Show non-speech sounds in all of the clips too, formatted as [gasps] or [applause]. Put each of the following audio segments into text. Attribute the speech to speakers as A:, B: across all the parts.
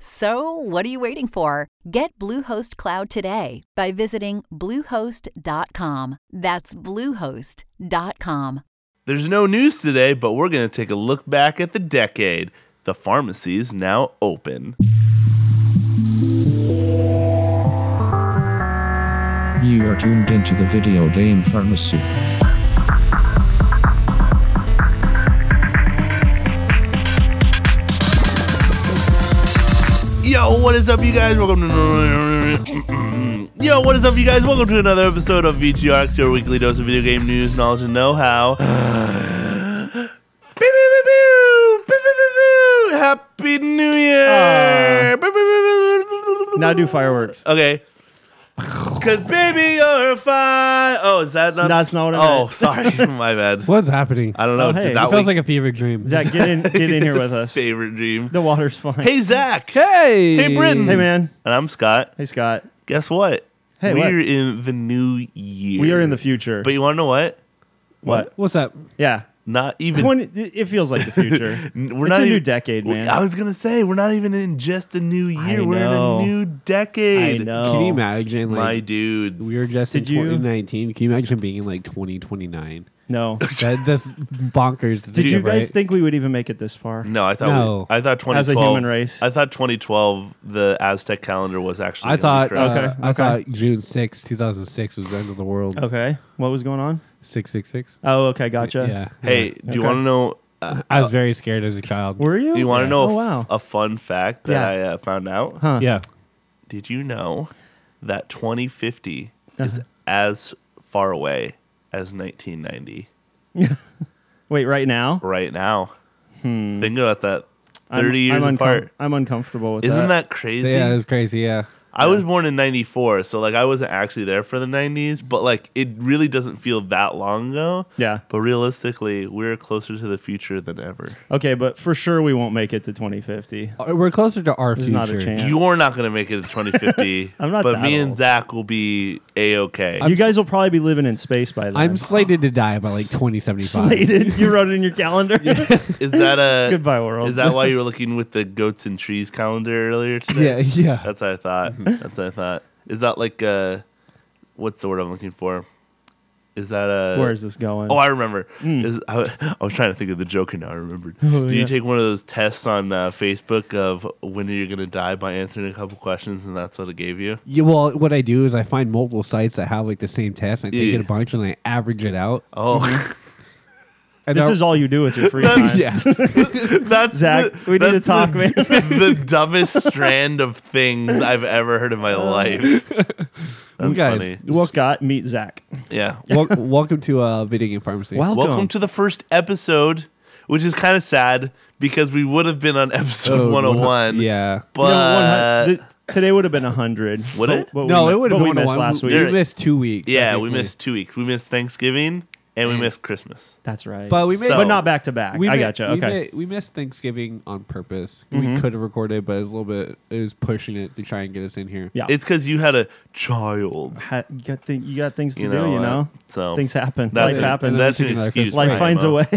A: So, what are you waiting for? Get Bluehost Cloud today by visiting Bluehost.com. That's Bluehost.com.
B: There's no news today, but we're going to take a look back at the decade. The pharmacy is now open.
C: You are tuned into the video game pharmacy.
B: Yo, what is up, you guys? Welcome to. Yo, what is up, you guys? Welcome to another episode of VGRX, your weekly dose of video game news, knowledge, and know [sighs] how. Happy New Year! Beep, beep, beep, beep.
D: Uh, Now do fireworks.
B: Okay. Cause baby, you're fine. Oh, is that not?
D: That's not what I
B: Oh,
D: meant.
B: sorry, [laughs] my bad.
E: What's happening?
B: I don't know.
D: Oh, hey,
B: Did
D: it
B: that
E: it feels
B: one-
E: like a fever dream.
D: Zach, get in, get in
B: [laughs]
D: here with us. The
B: favorite dream?
D: water's fine.
B: Hey, Zach.
E: Hey,
B: Hey, Britton.
D: Hey, man.
B: And I'm Scott.
D: Hey, Scott.
B: Guess what?
D: Hey,
B: we're
D: what?
B: in the new year.
D: We are in the future.
B: But you want to know what?
D: what?
E: What's up?
D: Yeah.
B: Not even.
D: Twenty. It it feels like the future.
B: [laughs] n- we're
D: it's
B: not
D: a new
B: even-
D: decade,
B: we-
D: man.
B: I was gonna say we're not even in just a new year.
D: I
B: we're
D: know.
B: in a new
D: I
B: decade.
D: know.
E: Can you imagine?
B: My
E: Like
B: dudes.
E: we were just
D: Oh. Did
E: in
D: you-
E: 2019. Can you imagine being in like 2029?
B: [laughs]
D: No.
E: That,
D: [laughs]
E: that's bonkers. to
D: Did
E: think
D: you
E: of,
D: guys
E: right?
D: think we would even make it this far?
B: No, I thought
E: No.
B: we, I thought 2012
D: As a human race.
B: I thought 2012 the Aztec calendar was actually
E: I
B: gonna be
E: thought. Uh,
B: correct.
D: Okay,
E: I
D: okay.
E: thought June 6, 2006 was the end of the world.
D: Okay. What was going on?
E: Six six six.
D: Oh, okay. Gotcha.
E: Yeah.
B: Hey,
E: Yeah.
B: do you want to know uh,
E: I was very scared as a child.
D: Were you?
B: you want to know a
D: Oh,
B: f-
D: wow.
B: a fun fact that
D: Yeah.
B: I uh, found out?
D: Huh.
E: Yeah.
B: Did you know that 2050
D: Uh-huh.
B: is as far away as 1990
D: Wait, right now?
B: right now? Think about that. 30 years
D: Hmm. I'm uncom-
B: apart.
D: I'm uncomfortable with
B: Isn't
D: that.
B: that crazy?
E: Yeah, it was crazy. Yeah.
B: I was born in 94, so like I wasn't actually there for the 90s, but like it really doesn't feel that long ago.
D: Yeah.
B: But realistically, we're closer to the future than ever.
D: Okay, but for sure we won't make it to 2050.
E: Uh, We're closer to our
D: There's
E: future.
D: not a chance. Yes.
B: You're not going to make it to 2050.
D: [laughs] I'm not
B: But
D: that
B: me and
D: old.
B: Zach will be A okay.
D: you guys will probably be living in space by then.
E: I'm slated to
D: [laughs]
E: die by like 2075.
D: slated. [laughs] You wrote it in your [laughs] calendar.
B: Is that a.
D: [laughs] Goodbye, world.
B: Is that why you were looking with the goats and trees calendar earlier today?
E: Yeah. Mm-hmm. Yeah.
B: That's what I thought. That's what I thought. Is that like uh what's the word I'm looking for? Is that a
D: Where is this going?
B: Oh, I remember. Is, I, I was trying to think of the joke, and now I
D: [laughs]
B: remembered. Do you
D: Oh, yeah.
B: take one of those tests on uh, Facebook of when are you going to die by answering a couple questions, and that's what it gave you?
E: Yeah, well, what I do is I find multiple sites that have like the same test. And I take
B: Yeah.
E: it a bunch and I average it out.
B: Oh,
E: And
D: this
E: I'll- [laughs]
D: is all you do
B: [laughs]
D: with your free time.
E: yeah.
B: that's
D: Mm-hmm. Zach,
B: the-
D: we need to
B: that's
D: talk,
B: the,
D: man.
B: [laughs] the dumbest strand of things I've ever heard in
D: [laughs]
B: my
D: Oh.
E: [laughs]
B: life. That's
E: guys,
B: funny.
D: Well, Scott, meet Zach.
B: Yeah.
D: [laughs]
E: Wel- welcome to uh, Video Game Pharmacy.
B: Welcome to the first episode, which is kind of sad because we would have been on [laughs] episode
E: Oh,
B: 101.
E: Yeah.
B: But
D: today would have been 100.
B: Would
D: But-
B: it?
D: but
E: no,
D: we,
E: it would
D: but
E: have
D: we
E: been
D: missed
E: one.
D: last
E: we,
D: week.
B: There-
E: we missed two weeks.
B: yeah, we
E: technically.
B: missed two weeks. We missed Thanksgiving and we
D: Mm.
B: missed Christmas.
D: That's right.
E: But we missed.
B: So-
D: But not back to back.
E: we
D: I
E: mi-
D: gotcha.
E: we
D: Okay. Mm-hmm.
E: mi- we missed Thanksgiving on purpose. We could have recorded, but it was a little bit. It was pushing it to try and get us in here.
D: Yeah.
B: It's because you had a child.
D: Ha- you, got thi- you got things to
B: You
D: do,
B: know,
D: you
B: uh,
D: know?
B: so
D: things happen.
B: That's
D: Life
B: an-
D: happens.
B: That's an
E: Another
B: excuse.
E: Christmas.
D: Life
B: I
D: finds
B: am
D: a way.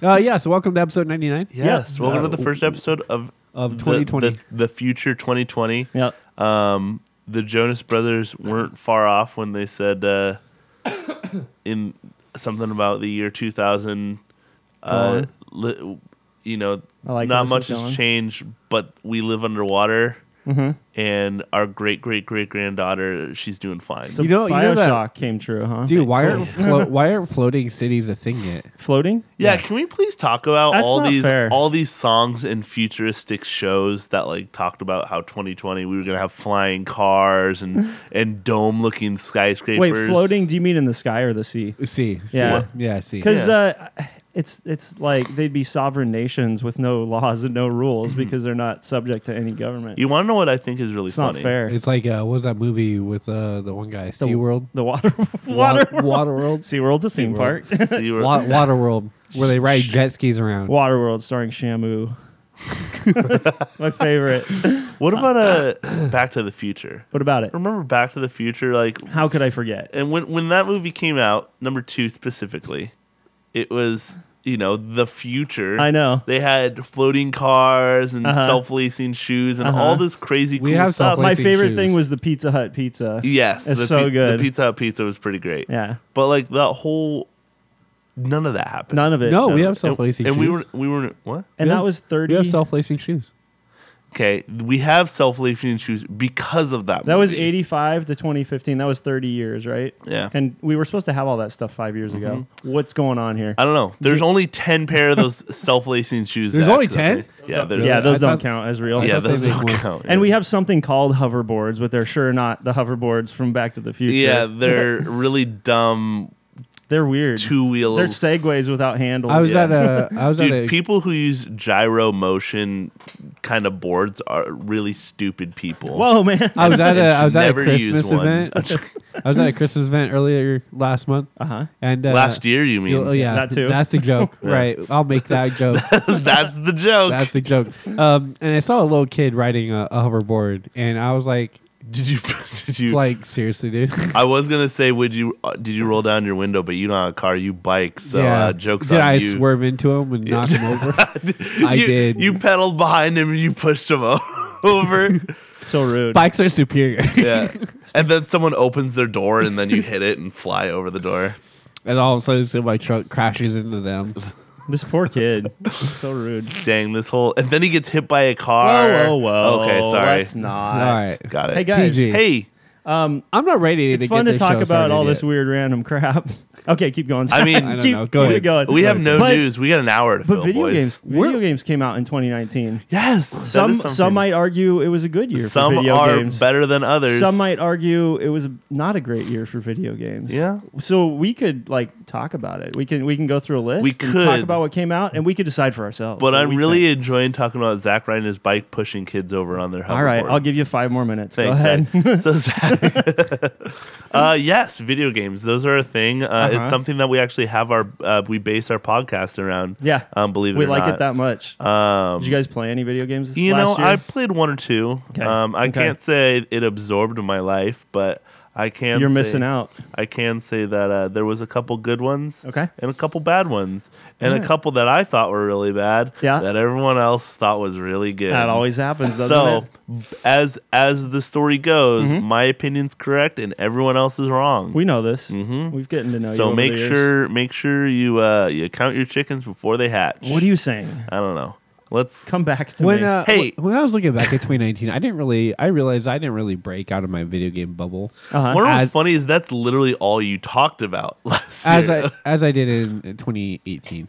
D: [laughs]
E: Uh, yeah. So welcome to episode ninety nine.
B: Yes, welcome
E: Uh,
B: to the first episode of
E: of
B: the-
E: 2020.
B: the, the future 2020.
D: yep.
B: Um, the Jonas Brothers weren't far off when they said uh, [coughs] in something about the year 2000. Uh, li- you know,
D: I like where
B: not
D: this
B: much
D: is
B: has
D: going. Mm-hmm.
B: changed, but we live underwater. and our great great great granddaughter, she's doing fine.
D: So
E: You know- you
D: Bioshock
E: know that-
D: came true, huh?
E: Dude, why
D: [laughs]
E: aren't flo- why aren't floating cities a thing yet?
D: floating?
B: yeah, can we please talk about
D: That's
B: all
D: not
B: these
D: fair.
B: all these songs and futuristic shows that like talked about how 2020 we were gonna have flying cars
D: [laughs]
B: and and dome looking skyscrapers.
D: Wait, floating? Do you mean in the sky or the sea?
E: See, see.
D: Yeah.
E: yeah, see.
D: Because
B: Yeah.
D: uh, it's it's like they'd be sovereign nations with no laws and
B: [clears throat]
D: no rules because they're not subject to any government.
B: You want to know what I think is really
D: it's
B: funny?
D: not fair.
E: It's like uh, what was that movie with uh, the one guy, SeaWorld?
D: the water [laughs]
E: Wa-
D: water
B: [laughs]
E: Waterworld,
D: SeaWorld's a theme park. [laughs]
B: You were-
E: Wa- Waterworld, where they ride jet skis around.
D: Waterworld starring
E: [laughs]
D: Shamu. My favorite.
B: What about uh, Back to the Future?
D: What about it?
B: Remember Back to the Future? Like,
D: How could I forget?
B: and when when that movie came out, number two specifically, it was you know the future.
D: I know.
B: they had floating cars and
D: Uh-huh.
B: self-lacing shoes and
D: Uh-huh.
B: all this crazy
E: We
B: cool
E: have
B: stuff.
D: Uh, My
E: Placing
D: favorite
E: shoes.
D: thing was the Pizza Hut pizza.
B: yes,
D: It's
B: the
D: so good.
B: The Pizza Hut pizza was pretty great.
D: Yeah.
B: but like that whole, none of that happened.
D: None of it.
E: No, we
D: of
E: have
D: it.
E: some placing
B: and
E: shoes.
B: we were we were what?
D: And
E: We
D: that
E: have-
D: was 30.
E: we have self-lacing shoes.
B: Okay, we have self-lacing shoes because of that.
D: that was
B: movie.
D: 85 to 2015. That was 30 years, right?
B: Yeah.
D: And we were supposed to have all that stuff five years ago.
B: Mm-hmm.
D: What's going on here?
B: I don't know. There's only ten pair of those [laughs] self-lacing shoes.
E: There's
B: that-
E: only
B: that
E: 10?
B: they- Yeah, there's
D: yeah,
E: I
D: those don't
E: thought-
D: count as real.
B: yeah,
E: thought
B: those
E: they
B: don't
E: were-
B: count.
D: And we have something called hoverboards, but they're sure not the hoverboards from Back to the Future.
B: yeah, they're really dumb
D: They're weird.
B: two wheels.
D: They're segways without handles.
E: I was
B: Yeah.
E: at a. I was
B: Dude,
E: at a.
B: people who use gyro motion kind of boards are really stupid people.
D: Whoa, man.
E: I was at a. I was at a
B: Never use
E: Christmas
B: one.
E: event.
B: [laughs]
E: I was at a Christmas event earlier last month,
D: Uh huh.
E: and uh,
B: Last year, you mean?
E: Oh yeah,
D: That too.
E: That's the joke, right? I'll make that joke.
B: [laughs] That's the joke.
E: That's the joke. Um, and I saw a little kid riding a, a hoverboard, and I was like,
B: did you? [laughs] Did you?
E: like seriously, dude.
B: I was gonna say, would you? Uh, did you roll down your window? But you don't have a car. You bike. So uh, jokes
E: Did
B: on
E: I
B: you.
E: swerve into him and knock him
B: [laughs]
E: over? I
B: you,
E: did.
B: You pedaled behind him and you pushed him [laughs] o- over.
D: So rude.
E: Bikes are superior.
B: yeah. [laughs] And then someone opens their door and then you hit it and fly over the door.
E: [laughs] and all of a sudden, so my truck crashes
B: [laughs]
E: into them.
D: This poor kid. so rude.
B: Dang, this whole. And then he gets hit by a car.
D: Whoa, whoa, whoa.
B: Okay, sorry.
D: That's not.
E: All right.
B: Got it.
D: Hey, guys.
E: PG.
B: Hey,
E: I'm not ready.
D: It's
E: to
D: fun to
E: get this
D: talk
E: show
D: about
E: started
D: all this
E: yet.
D: weird random crap. [laughs] okay, keep going.
B: I mean-
E: [laughs]
D: Sorry.
B: I
E: don't
D: keep,
E: know. Go
D: keep
E: ahead.
D: it going.
B: we have no
D: But-
B: news. We got an hour to
D: But
B: fill,
D: video
B: boys.
D: games, video games came out in 2019.
B: Yes. that is
D: Some some
B: something.
D: might argue it was a good year
B: Some
D: for video
B: are
D: games.
B: better than others.
D: Some might argue it was not a great year for video games.
B: Yeah.
D: So we could like talk about it. We can we can go through a list.
B: We
D: and talk
B: could.
D: about what came out, and we could decide for ourselves.
B: But
D: what
B: I'm
D: we
B: really
D: think.
B: enjoying talking about Zach riding his bike, pushing kids over on their hoverboards.
D: all right. I'll give you five more minutes.
B: Thanks.
D: go ahead.
B: Zach. [laughs]
D: [laughs]
B: so Zach, uh, yes, video games. Those are a thing. Uh,
D: Uh-huh.
B: It's something that we actually have our uh, we base our podcast around.
D: yeah.
B: Um, believe it
D: we
B: or
D: like
B: not.
D: it that much.
B: Um,
D: Did you guys play any video games?
B: you know,
D: last year?
B: I played one or two.
D: Okay.
B: Um, I
D: Okay.
B: can't say it absorbed my life, but I can.
D: You're
B: say-
D: missing out.
B: I can say that uh, there was a couple good ones.
D: Okay. Hmm.
B: And a couple bad ones, and a couple that I thought were really bad.
D: Yeah.
B: That everyone else thought was really good.
D: That
B: [laughs]
D: always happens, doesn't
B: So,
D: it? Mm-hmm.
B: b- as as the story goes, my opinion's correct and everyone else is wrong.
D: We know this. We've gotten to know
B: mm-hmm.
D: you.
B: so
D: over
B: make
D: the years.
B: sure make sure you uh, you count your chickens before they hatch.
D: What are you saying?
B: I don't know. Let's
D: Come back to
E: When
D: me.
E: uh,
B: Hey.
E: hey, when I was looking back
B: [laughs]
E: at 2019, I didn't really. I realized I didn't really break out of my video game bubble
D: Uh-huh.
B: What was
E: as-
B: funny is that's literally all you talked about [laughs] last
E: as
B: year.
E: I as I did in 2018.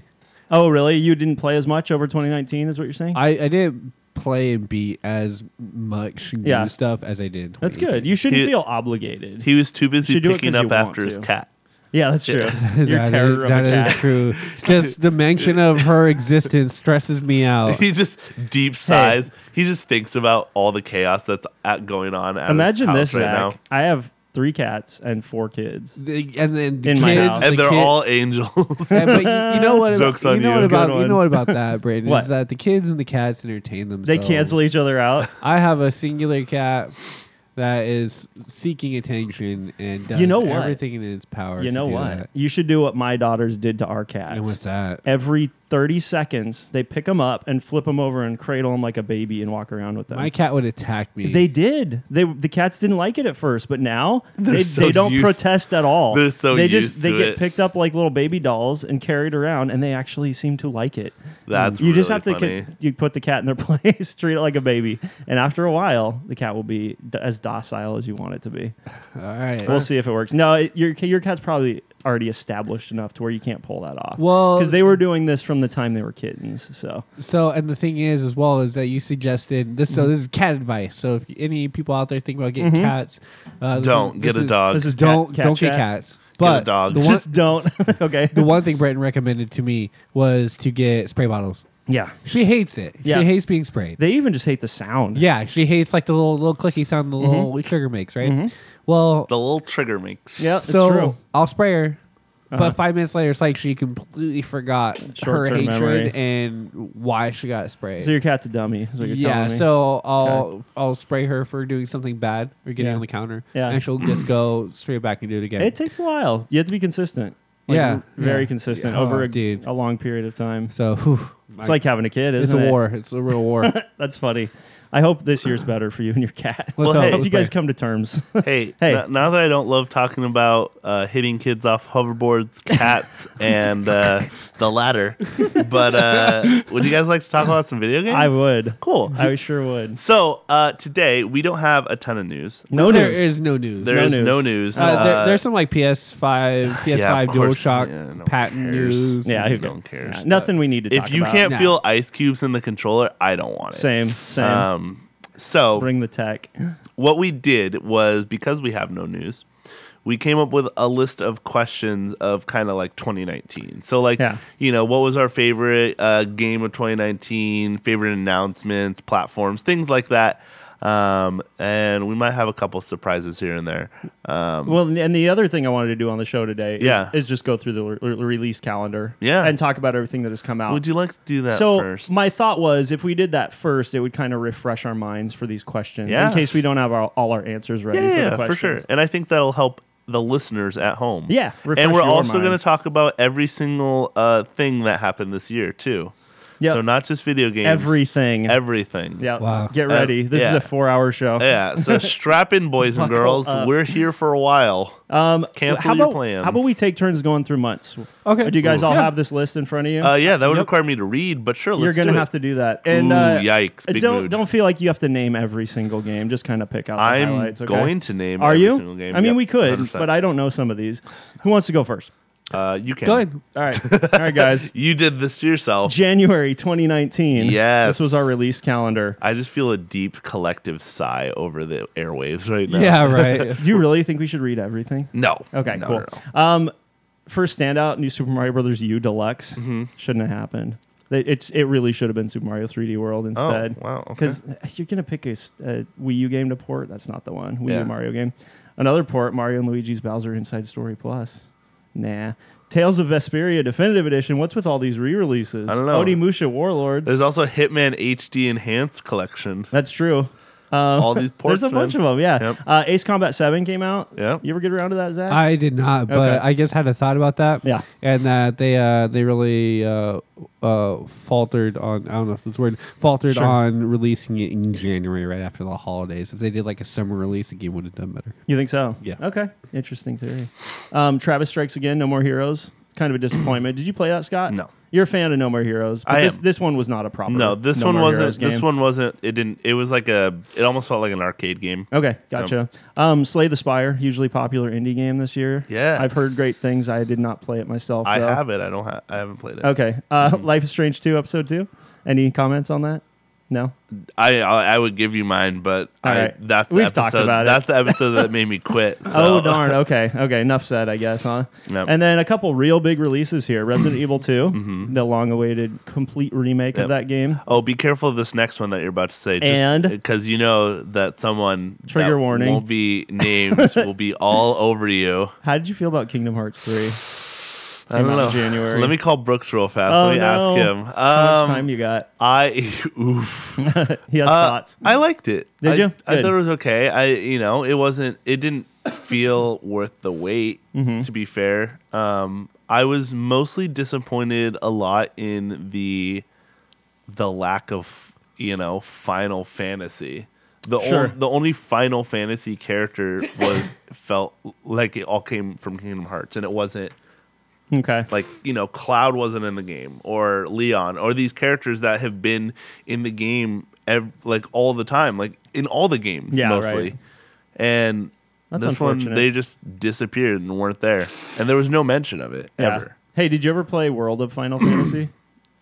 D: Oh, really? You didn't play as much over 2019, is what you're saying?
E: I I didn't play and beat as much new
D: Yeah.
E: stuff as I did. In
D: that's
E: 2018.
D: good.
E: [laughs]
D: You shouldn't
B: He-
D: feel obligated.
B: he was too busy
D: should do it
B: picking
D: 'cause you
B: up
D: want
B: after his
D: to.
B: cat. [laughs]
D: yeah, that's true. [laughs] Your
E: That is-
D: terror of
E: that
D: a
E: is
D: cat. [laughs]
E: true. Just the mention of her existence stresses
B: [laughs]
E: me out.
B: He just deep sighs. He just thinks about all the chaos that's at, going on. At his
D: Imagine
B: house
D: this,
B: right
D: Zach. I have three cats and four kids.
E: The- and then the
D: In
E: kids,
D: my house.
B: now, and
E: the
B: they're
E: kid-
B: all angels.
E: And- but you, you know
D: [laughs]
E: what?
B: Jokes
E: about,
B: on
E: you know
B: you.
E: what
B: Good
E: about you
D: one.
E: know what
D: [laughs]
E: about that, Brayden?
D: What?
E: Is that the kids and the cats entertain themselves?
D: They cancel each other
E: [laughs]
D: out.
E: I have a singular cat that is seeking attention and does
D: You know what?
E: everything in its power.
D: You
E: to
D: know
E: do
D: what?
E: that.
D: You should do what my daughters did to our cats.
E: And what's that?
D: Every 30 seconds. They pick them up and flip them over and cradle them like a baby and walk around with them.
E: My cat would attack me.
D: They did. They the cats didn't like it at first, but now they,
B: so
D: they don't
B: used-
D: protest at all.
B: They're so
D: they
B: used
D: they
B: to
D: get
B: it.
D: picked up like little baby dolls and carried around, and they actually seem to like it.
B: That's
D: you just
B: really
D: have to
B: funny.
D: con- you put the cat in their [laughs] place, treat it like a baby, and after a while, the cat will be d- as docile as you want it to be.
E: All right.
D: We'll see if it works. No, it, your your cat's probably already established enough to where you can't pull that off.
E: Well-
D: because they were doing this from the time they were kittens, so
E: So, and the thing is, as well, is that you suggested this.
D: Mm-hmm.
E: So, this is cat advice. So, if any people out there think about getting cats, uh, this is-
B: Don't. Get
E: this
B: a
E: is-
B: dog.
D: this is cat-
E: don't
D: cat
E: don't get
D: chat.
E: cats. But
B: dog.
E: The one,
D: Just don't. [laughs] okay.
E: the one thing Brayton recommended to me was to get spray bottles.
D: yeah.
E: She hates it.
D: Yeah.
E: She hates being sprayed.
D: They even just hate the sound.
E: yeah, she hates like the little little clicky sound the
D: Mm-hmm.
E: little sugar makes, right? Well,
B: [laughs] The little trigger makes.
D: Yeah, it's
E: so
D: true. Uh-huh.
E: I'll spray her. But five minutes later, it's like she completely forgot her
D: Short-term
E: hatred
D: memory.
E: and why she got sprayed.
D: So your cat's a dummy. Is what you're
E: yeah,
D: telling me.
E: so I'll
D: Okay.
E: I'll spray her for doing something bad or getting
D: Yeah.
E: on the counter,
D: Yeah.
E: and she'll just go straight back and do it again.
D: it takes a while. You have to be consistent. Like,
E: Yeah.
D: very
E: Yeah.
D: consistent
E: Yeah.
D: over
E: Oh,
D: a,
E: dude.
D: a long period of time.
E: so whew,
D: It's
E: I-
D: like having a kid,
E: it's
D: isn't
E: a
D: it?
E: war. It's a real war. Let's
D: That's funny. I hope this
E: [sighs]
D: year's better for you and your cat.
B: Well,
E: hope.
B: hey,
D: hope you guys
E: pray.
D: come to
E: [laughs]
D: terms.
B: Hey,
D: Hey.
B: n- now that I don't love talking about uh, hitting kids off
D: [laughs]
B: hoverboards, cats, and uh, the ladder, but uh, would you guys like to talk about some video games?
D: I would.
B: Cool.
D: I sure would.
B: So uh, today we don't have a ton of news.
D: [laughs] No
E: there
D: news.
E: is no news.
B: There
D: No
B: is
D: news.
B: no news.
E: Uh, there, there's some like
B: [sighs]
E: PS5, PS5
B: of course.
E: DualShock
B: Yeah, no one
E: patent
B: cares.
E: news.
D: yeah, who
B: no one
D: cares?
B: cares.
D: Yeah, nothing we need to talk
B: if you
D: about.
B: can't
E: No.
B: feel ice cubes in the controller, I don't want it.
D: Same, same.
B: Um, so
D: Bring the tech.
B: what we did was because we have no news, we came up with a list of questions of kind of like 2019. So like,
D: Yeah.
B: you know, what was our favorite uh, game of 2019? Favorite announcements, platforms, things like that. Um, and we might have a couple surprises here and there. Um,
D: Well, and the other thing I wanted to do on the show today is,
B: Yeah.
D: is just go through the re- re- release calendar
B: Yeah.
D: and talk about everything that has come out.
B: would you like to do that
D: so
B: first?
D: my thought was if we did that first it would kind of refresh our minds for these questions
B: Yeah.
D: in case we don't have our, all our answers ready
B: yeah,
D: for
B: yeah,
D: the
B: yeah, for
D: questions
B: sure. And I think that'll help the listeners at home.
D: Yeah, refresh
B: and we're
D: your
B: also
D: mind.
B: going to talk about every single uh, thing that happened this year too.
D: Yep.
B: So not just video games.
D: everything
B: everything.
D: yeah
E: Wow.
D: get
B: Uh,
D: ready this
B: yeah.
D: is a four hour show
B: Yeah. So
D: [laughs]
B: strap in, boys and
D: Buckle
B: girls.
D: up.
B: We're here for a while.
D: um
B: Cancel
D: how
B: your
D: about,
B: plans.
D: how about we take turns going through months
E: Okay.
D: do you guys all
E: Yeah.
D: have this list in front of you
B: Uh, yeah, that would
E: Yep.
B: require me to read, but sure, let's
D: Oh, you're gonna
B: do it.
D: have to do that and
B: Ooh,
D: uh,
B: yikes,
D: uh,
B: big
D: don't
B: mood.
D: don't feel like you have to name every single game just kind of pick out the
B: I'm
D: highlights, okay?
B: going to name
D: are
B: every
D: you
B: single game.
D: i mean
B: Yep,
D: we could
B: 100%.
D: but i don't know some of these who wants to go first
B: Uh, you can.
E: Go ahead.
D: all right all right
B: [laughs]
D: guys
B: You did this to yourself.
D: [laughs] January 2019.
B: Yes.
D: This was our release calendar.
B: I just feel a deep collective sigh over the airwaves right now. [laughs]
E: Yeah, right.
D: Do you really think we should read everything?
B: No.
D: Okay,
B: No,
D: cool.
B: no, no.
D: Um, first standout, New Super Mario Brothers U Deluxe.
B: Mm-hmm.
D: Shouldn't have happened. It- It's it really should have been Super Mario 3D World instead.
B: Oh, wow, okay.
D: Because you're gonna pick a, s- a Wii U game to port. That's not the one. Wii
B: Yeah.
D: U Mario game. Another port, Mario and Luigi's Bowser Inside Story Plus. Nah. Tales of Vesperia Definitive Edition. What's with all these re-releases?
B: I don't know.
D: Onimusha Warlords.
B: There's also Hitman HD Enhanced Collection.
D: That's true. Um,
B: All these ports,
D: [laughs] There's a bunch
B: man.
D: of them. Yeah.
B: Yep.
D: Uh, Ace Combat Seven came out.
B: Yep.
D: You ever get around to that, Zach?
E: I did not, but
D: Okay.
E: I just had a thought about that.
D: Yeah.
E: and that they uh, they really uh, uh, faltered on I don't know if that's the word faltered
D: Sure.
E: on releasing it in January right after the holidays. If they did like a summer release, the game would have done better.
D: you think so?
E: Yeah.
D: Okay. Interesting theory. Um, Travis Strikes Again. No More Heroes. Kind of a disappointment. Did you play that, Scott?
B: No.
D: You're a fan of No More Heroes. But
B: I
D: this
B: am.
D: this one was not a problem.
B: No, this one wasn't. This one wasn't. It didn't. It was like a. It almost felt like an arcade game.
D: Okay, gotcha. Um, Slay the Spire, hugely popular indie game this year.
B: Yes.
D: I've heard great things. I did not play it myself.
B: I
D: though.
B: have Mm-hmm. it. I don't. Ha- I haven't played it.
D: Okay. Uh, Life is Strange 2, Episode 2. Any comments on that? No?
B: I I I would give you mine, but
D: All
B: I,
D: right.
B: that's the
D: We've
B: episode.
D: talked about it.
B: that's the episode that made me
D: [laughs]
B: quit. [laughs] So.
D: Oh darn. Okay. Okay. Enough said. I guess, huh?
B: Yep.
D: And then a couple real big releases here: Resident
B: [clears throat]
D: Evil 2 the long-awaited complete remake
B: Mm-hmm. Yep.
D: of that game.
B: Oh, be careful of this next one that you're about to say, just
D: And?
B: because you know that someone
D: Trigger
B: that
D: warning.
B: won't
D: [laughs]
B: be named will be all over you.
D: How did you feel about Kingdom Hearts 3?
B: I don't
D: out in
B: know.
D: January.
B: Let me call Brooks real fast.
D: Oh,
B: Let me
D: no.
B: ask him. Um,
D: How much time you got?
B: I [laughs] oof.
D: He has
B: Uh,
D: thoughts.
B: I liked it.
D: Did
B: I-
D: you?
B: I
D: Good.
B: thought it was okay. I you
D: Mm-hmm.
B: know it wasn't. It didn't feel worth the wait. To be fair, um, I was mostly disappointed a lot in the the lack of you know Final Fantasy. The
D: Sure.
B: on- the only Final Fantasy character was felt like it all came from Kingdom Hearts, and it wasn't
D: Okay.
B: like you know Cloud wasn't in the game or Leon or these characters that have been in the game ev- like all the time, like in all the games
D: Yeah,
B: mostly.
D: right.
B: And
D: That's
B: this one
D: unfortunate.
B: they just disappeared and weren't there, and there was no mention of it [laughs]
D: Yeah.
B: ever.
D: Hey, did you ever play World of
B: [clears throat]
D: Final Fantasy?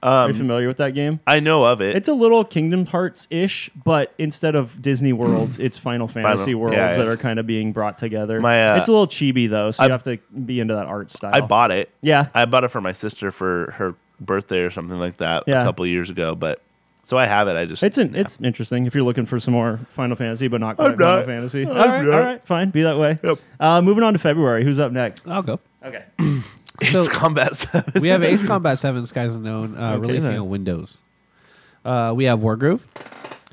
D: Are you familiar with that game?
B: I know of Um, it.
D: It's a little Kingdom Hearts ish, but instead of
B: [clears throat]
D: Disney worlds, it's Final Fantasy
B: Final-
D: worlds
B: yeah, yeah.
D: that are kind of being brought together.
B: My, uh,
D: it's a little chibi though, so
B: I-
D: you have to be into that art style.
B: I bought it.
D: Yeah.
B: I bought it for my sister for her birthday or something like that
D: Yeah.
B: a couple years ago. But so I have it. I just [laughs]
D: It's an,
B: yeah.
D: it's interesting if you're looking for some more Final Fantasy, but not
B: I'm
D: quite Final
B: not.
D: Fantasy.
B: I'm
D: all right,
B: not.
D: all right, fine, be that way.
B: Yep.
D: Uh, moving on to February, who's up next?
E: [clears throat] I'll go.
D: Okay,
B: Ace
E: so-
B: Combat Seven.
E: [laughs] We have
B: [laughs]
E: Ace Combat 7 Skies Unknown uh,
D: Okay,
E: releasing
D: then.
E: on Windows. Uh, we have Wargroove.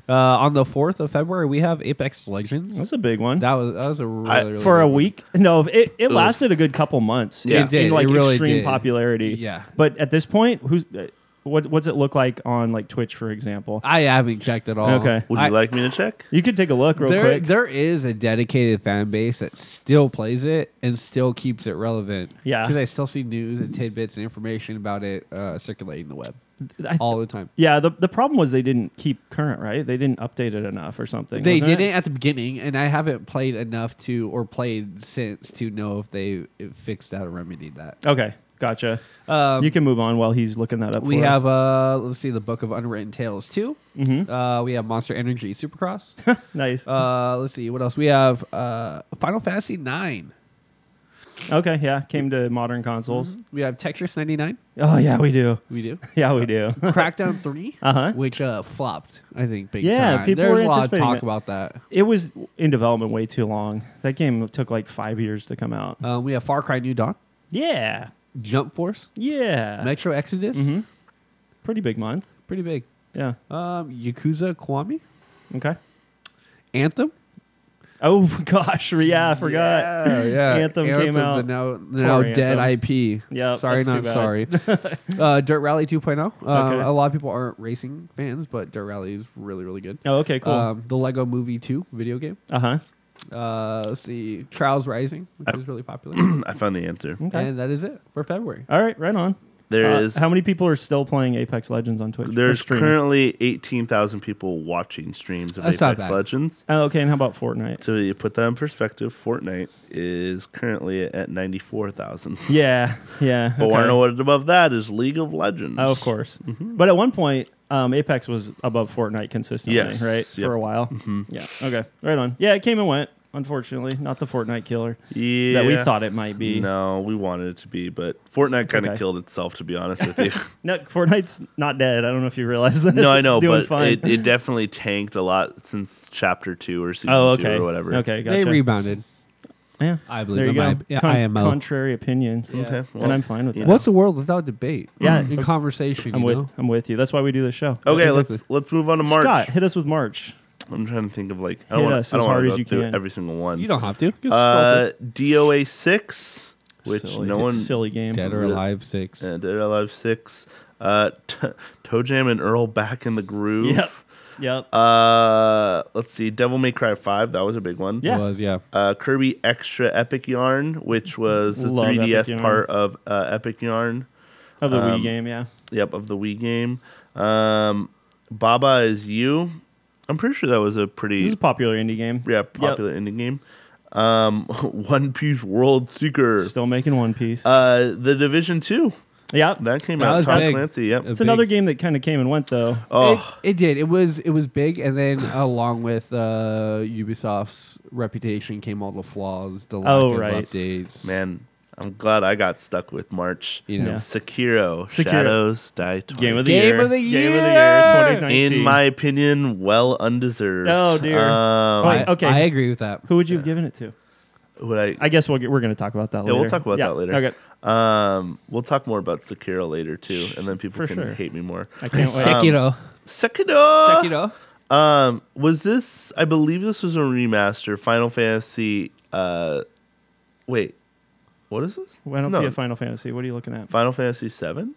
E: Uh, on the 4th of February, we have Apex Legends.
D: that's a big one
E: That was that was a really,
B: I-
E: really
D: for a
E: good one.
D: week. No, it, it lasted a good couple months.
B: Yeah.
D: in-
B: It
E: did.
D: in like
E: It really
D: extreme
E: did.
D: popularity.
E: Yeah.
D: but at this point, who's uh, what? What's it look like on like Twitch, for example?
E: I haven't checked at all.
D: Okay.
B: Would you
E: I-
B: like me to check? [clears throat]
D: You could take a look real
E: there,
D: quick.
E: there is a dedicated fan base that still plays it and still keeps it relevant.
D: Yeah.
E: because I still see news and tidbits and information about it uh, circulating the web
D: I-
E: all the time.
D: yeah, the, the problem was they didn't keep current, right? They didn't update it enough or something.
E: They
D: wasn't
E: did it
D: it?
E: at the beginning, and I haven't played enough to or played since to know if they fixed that or remedied that.
D: Okay, gotcha.
E: Um,
D: you can move on while he's looking that up.
E: We
D: for us.
E: have uh, let's see, the Book of Unwritten Tales too.
D: Mm-hmm.
E: Uh, we have Monster Energy Supercross.
D: nice.
E: uh, let's see what else. We have uh, Final Fantasy Nine.
D: okay, yeah, came to modern consoles.
E: We have Tetris ninety nine.
D: Oh yeah, we do.
E: We do.
D: [laughs] Yeah, we [laughs] do.
E: Crackdown 3
D: Uh-huh.
E: which uh, flopped, I think, big
D: Yeah,
E: time.
D: people
E: There's
D: were
E: a lot of
D: anticipating
E: talk
D: it.
E: about that.
D: it was in development way too long. That game took like five years to come out.
E: Um, we have Far Cry New Dawn,
D: Yeah,
E: Jump Force,
D: yeah, Mm-hmm.
E: Metro Exodus,
D: pretty big month.
E: pretty big.
D: Yeah.
E: Um, Yakuza Kiwami,
D: [laughs] Okay.
E: Anthem.
D: Oh gosh, [laughs] yeah, I forgot.
E: Oh [laughs] yeah,
D: Anthem came
E: The
D: out.
E: now, the now
D: Poor
E: dead
D: Anthem.
E: IP.
D: Yep,
E: sorry,
D: that's too
E: not
D: bad. [laughs]
E: sorry. uh, Dirt Rally 2.0. Um,
D: Okay.
E: A lot of people aren't racing fans, but Dirt Rally is really, really good.
D: Oh, okay, cool.
E: Um, the Lego Movie 2 video game.
D: uh huh.
E: Uh, let's see, Trials Rising, which is really
D: [clears throat]
E: popular.
B: I found the answer.
D: Okay.
E: And that is it for February.
D: All right, right on.
B: There
D: Mm, Uh,
B: is-
D: How many people are still playing Apex Legends on Twitch? or
B: There's
D: streaming?
B: currently eighteen thousand people watching streams of
E: That's not
B: Apex
E: bad.
B: Legends.
D: Oh, okay, and how about Fortnite?
B: So you put that in perspective, Fortnite is currently at ninety four thousand.
D: Yeah, yeah.
B: But
D: okay.
B: want to know what's above that is League of Legends.
D: Oh, of course.
B: Mm-hmm.
D: But at one point, um, Apex was above Fortnite consistently,
B: Yes,
D: right?
B: yep. Mm-hmm.
D: For a while. Yeah. Okay. Right on. Yeah, it came and went. Unfortunately, not the Fortnite killer
B: Yeah.
D: that we thought it might be.
B: No, we wanted it to be, but Fortnite kind of
D: okay.
B: killed itself. To be honest
D: [laughs]
B: with you. [laughs]
D: No, Fortnite's not dead. I don't know if you realize that.
B: No, I know,
D: it's doing
B: but
D: fine.
B: it, it definitely tanked a lot since chapter two or season
D: [laughs] oh, okay.
B: two or whatever.
D: Okay, gotcha.
E: They rebounded.
D: Yeah,
E: I believe
D: There you
E: in
D: go.
E: my- yeah, IMO.
D: Contrary opinions.
B: Okay, well,
D: and I'm fine with
B: you
D: that.
B: know.
E: What's the world without debate?
D: Yeah.
E: in conversation.
D: I'm
E: you
D: with.
E: know?
D: I'm with you. That's why we do this show.
B: Okay, let's
E: Exactly.
B: let's move on to Oh, March.
D: Scott, hit us with March.
B: I'm trying to think of like I
D: Hit
B: don't want
D: us
B: to
D: as hard as
B: go
D: you
B: through
D: can.
B: every single one.
E: You don't have to. Just
B: uh, DOA six, which
D: Silly-
B: no one
D: silly game.
E: dead or alive six.
B: Uh, Dead or Alive six. Uh, t- Toe Jam and Earl back in the groove.
D: Yep. Yep.
B: Uh, let's see. Devil May Cry five. That was a big one.
D: Yeah.
E: It was yeah.
B: Uh, Kirby Extra Epic Yarn, which was the
D: Love
B: 3DS
D: Epic Yarn.
B: part of uh, Epic Yarn.
D: of the
B: um,
D: Wii game. Yeah.
B: Yep, of the Wii game. Um, Baba is you. I'm pretty sure that was a
D: This
B: pretty
D: is a popular indie game.
B: yeah popular indie game. Um, [laughs] One Piece World Seeker.
D: Yep. Still making One Piece.
B: Uh, the Division Two
D: yeah.
B: that came
E: That
B: out.
E: was
B: Tom
E: big.
B: Clancy. Yep.
E: It-
D: It's another
E: big.
D: game that kind of came and went though.
B: Oh,
E: It, it did. It was it was big, and then [coughs] along with uh, Ubisoft's reputation came all the flaws, the lack
D: Oh,
E: of
D: right.
E: updates.
B: man, I'm glad I got stuck with March.
E: You know.
D: Yeah.
B: Sekiro,
D: Sekiro.
B: Shadows Die Twice.
D: Game of the
E: Game
D: year.
E: of the
D: Game of the
E: year!
D: year. 2019.
B: in my opinion, well undeserved.
D: Oh, dear.
B: Um,
D: Wait.
E: I,
D: okay.
E: I agree with that.
D: Who would you have given it to?
B: would I?
D: I guess we'll get, we're going to talk about that
B: Yeah,
D: later.
B: we'll talk about
D: Yeah,
B: that later.
D: Okay.
B: Um, we'll talk more about Sekiro later too, and then people
D: For
B: can
D: sure.
B: hate me more.
D: I can't wait.
E: Sekiro.
B: Sekiro.
E: Sekiro.
B: Um, was this? I believe this was a remaster. Final Fantasy. Uh, wait, What is this?
D: I don't
B: No.
D: see a Final Fantasy. What are you looking at?
B: Final Fantasy Seven,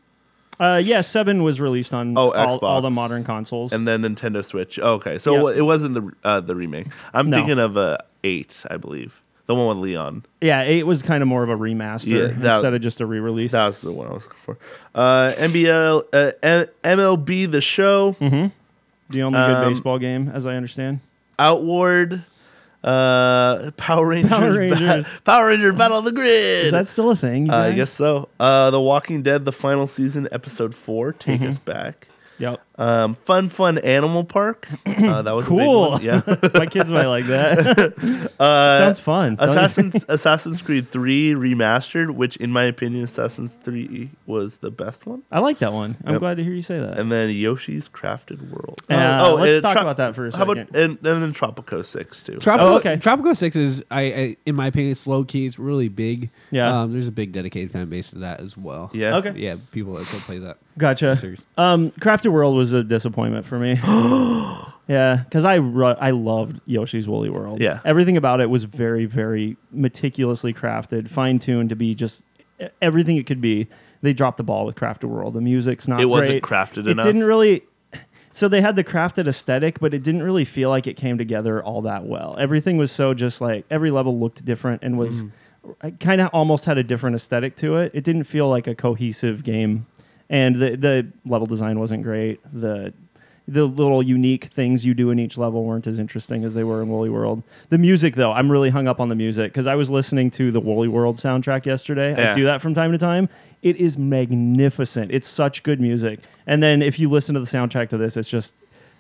D: Uh, yeah, seven was released on
B: Oh,
D: all, all
B: Xbox.
D: the modern consoles.
B: [laughs] and then Nintendo Switch. Oh, okay, so
D: Yeah.
B: it wasn't the uh, the remake. I'm
D: No.
B: thinking of uh, eight, I believe, the one with Leon.
D: yeah, eight was kind of more of a remaster
B: Yeah, that-
D: instead of just a re-release.
B: That was the one I was looking for. Uh, NBL, uh, M- MLB The Show,
D: Mm-hmm. the only good
B: um,
D: baseball game, as I understand.
B: Outward, uh, Power Rangers,
D: Power
B: Ba-
D: Rangers.
B: [laughs] Power Ranger Battle of the Grid.
D: Is that still a thing? you
B: Uh, I
D: guys?
B: guess so. Uh, the Walking Dead, the final season, episode four, take
D: Mm-hmm.
B: us back.
D: Yep.
B: Um, fun, fun animal park. Uh, that was a big
D: Cool.
B: one.
D: [laughs]
B: Yeah. Uh,
D: My kids might
B: [laughs]
D: like that. Sounds fun. don't you
B: Assassin's Assassin's Creed Three remastered, which in my opinion, Assassin's Three was the best one.
D: [laughs] I like that one. I'm
B: Yep.
D: glad to hear you say that.
B: And then Yoshi's Crafted World. Oh,
D: Uh, let's
B: and
D: talk
B: Tro-
D: about that for a
B: How about
D: second.
B: and, and then Tropico Six too?
E: Tropico,
D: Oh, okay.
E: Tropico Six is, I, I in my opinion, it's low key. It's really big.
D: Yeah.
E: um, there's a big dedicated fan base to that as well.
B: yeah.
D: Okay.
E: yeah, people that still play that.
D: Gotcha.
E: Serious.
D: Um, Crafted World was a disappointment
B: [gasps]
D: for me. yeah, because I ru- I loved Yoshi's Woolly World.
B: Yeah.
D: everything about it was very very meticulously crafted, fine tuned to be just e- everything it could be. They dropped the ball with Crafted World. The music's not.
B: It wasn't
D: great.
B: crafted
D: It
B: enough.
D: didn't really. So they had the crafted aesthetic, but it didn't really feel like it came together all that well. Everything was so just like every level looked different and was
B: Mm.
D: kind of almost had a different aesthetic to it. It didn't feel like a cohesive game, and the the level design wasn't great. The the little unique things you do in each level weren't as interesting as they were in Woolly World. The music, though, I'm really hung up on the music because I was listening to the Woolly World soundtrack yesterday. I
B: Yeah.
D: do that from time to time. It is magnificent. It's such good music. And then if you listen to the soundtrack to this, it's just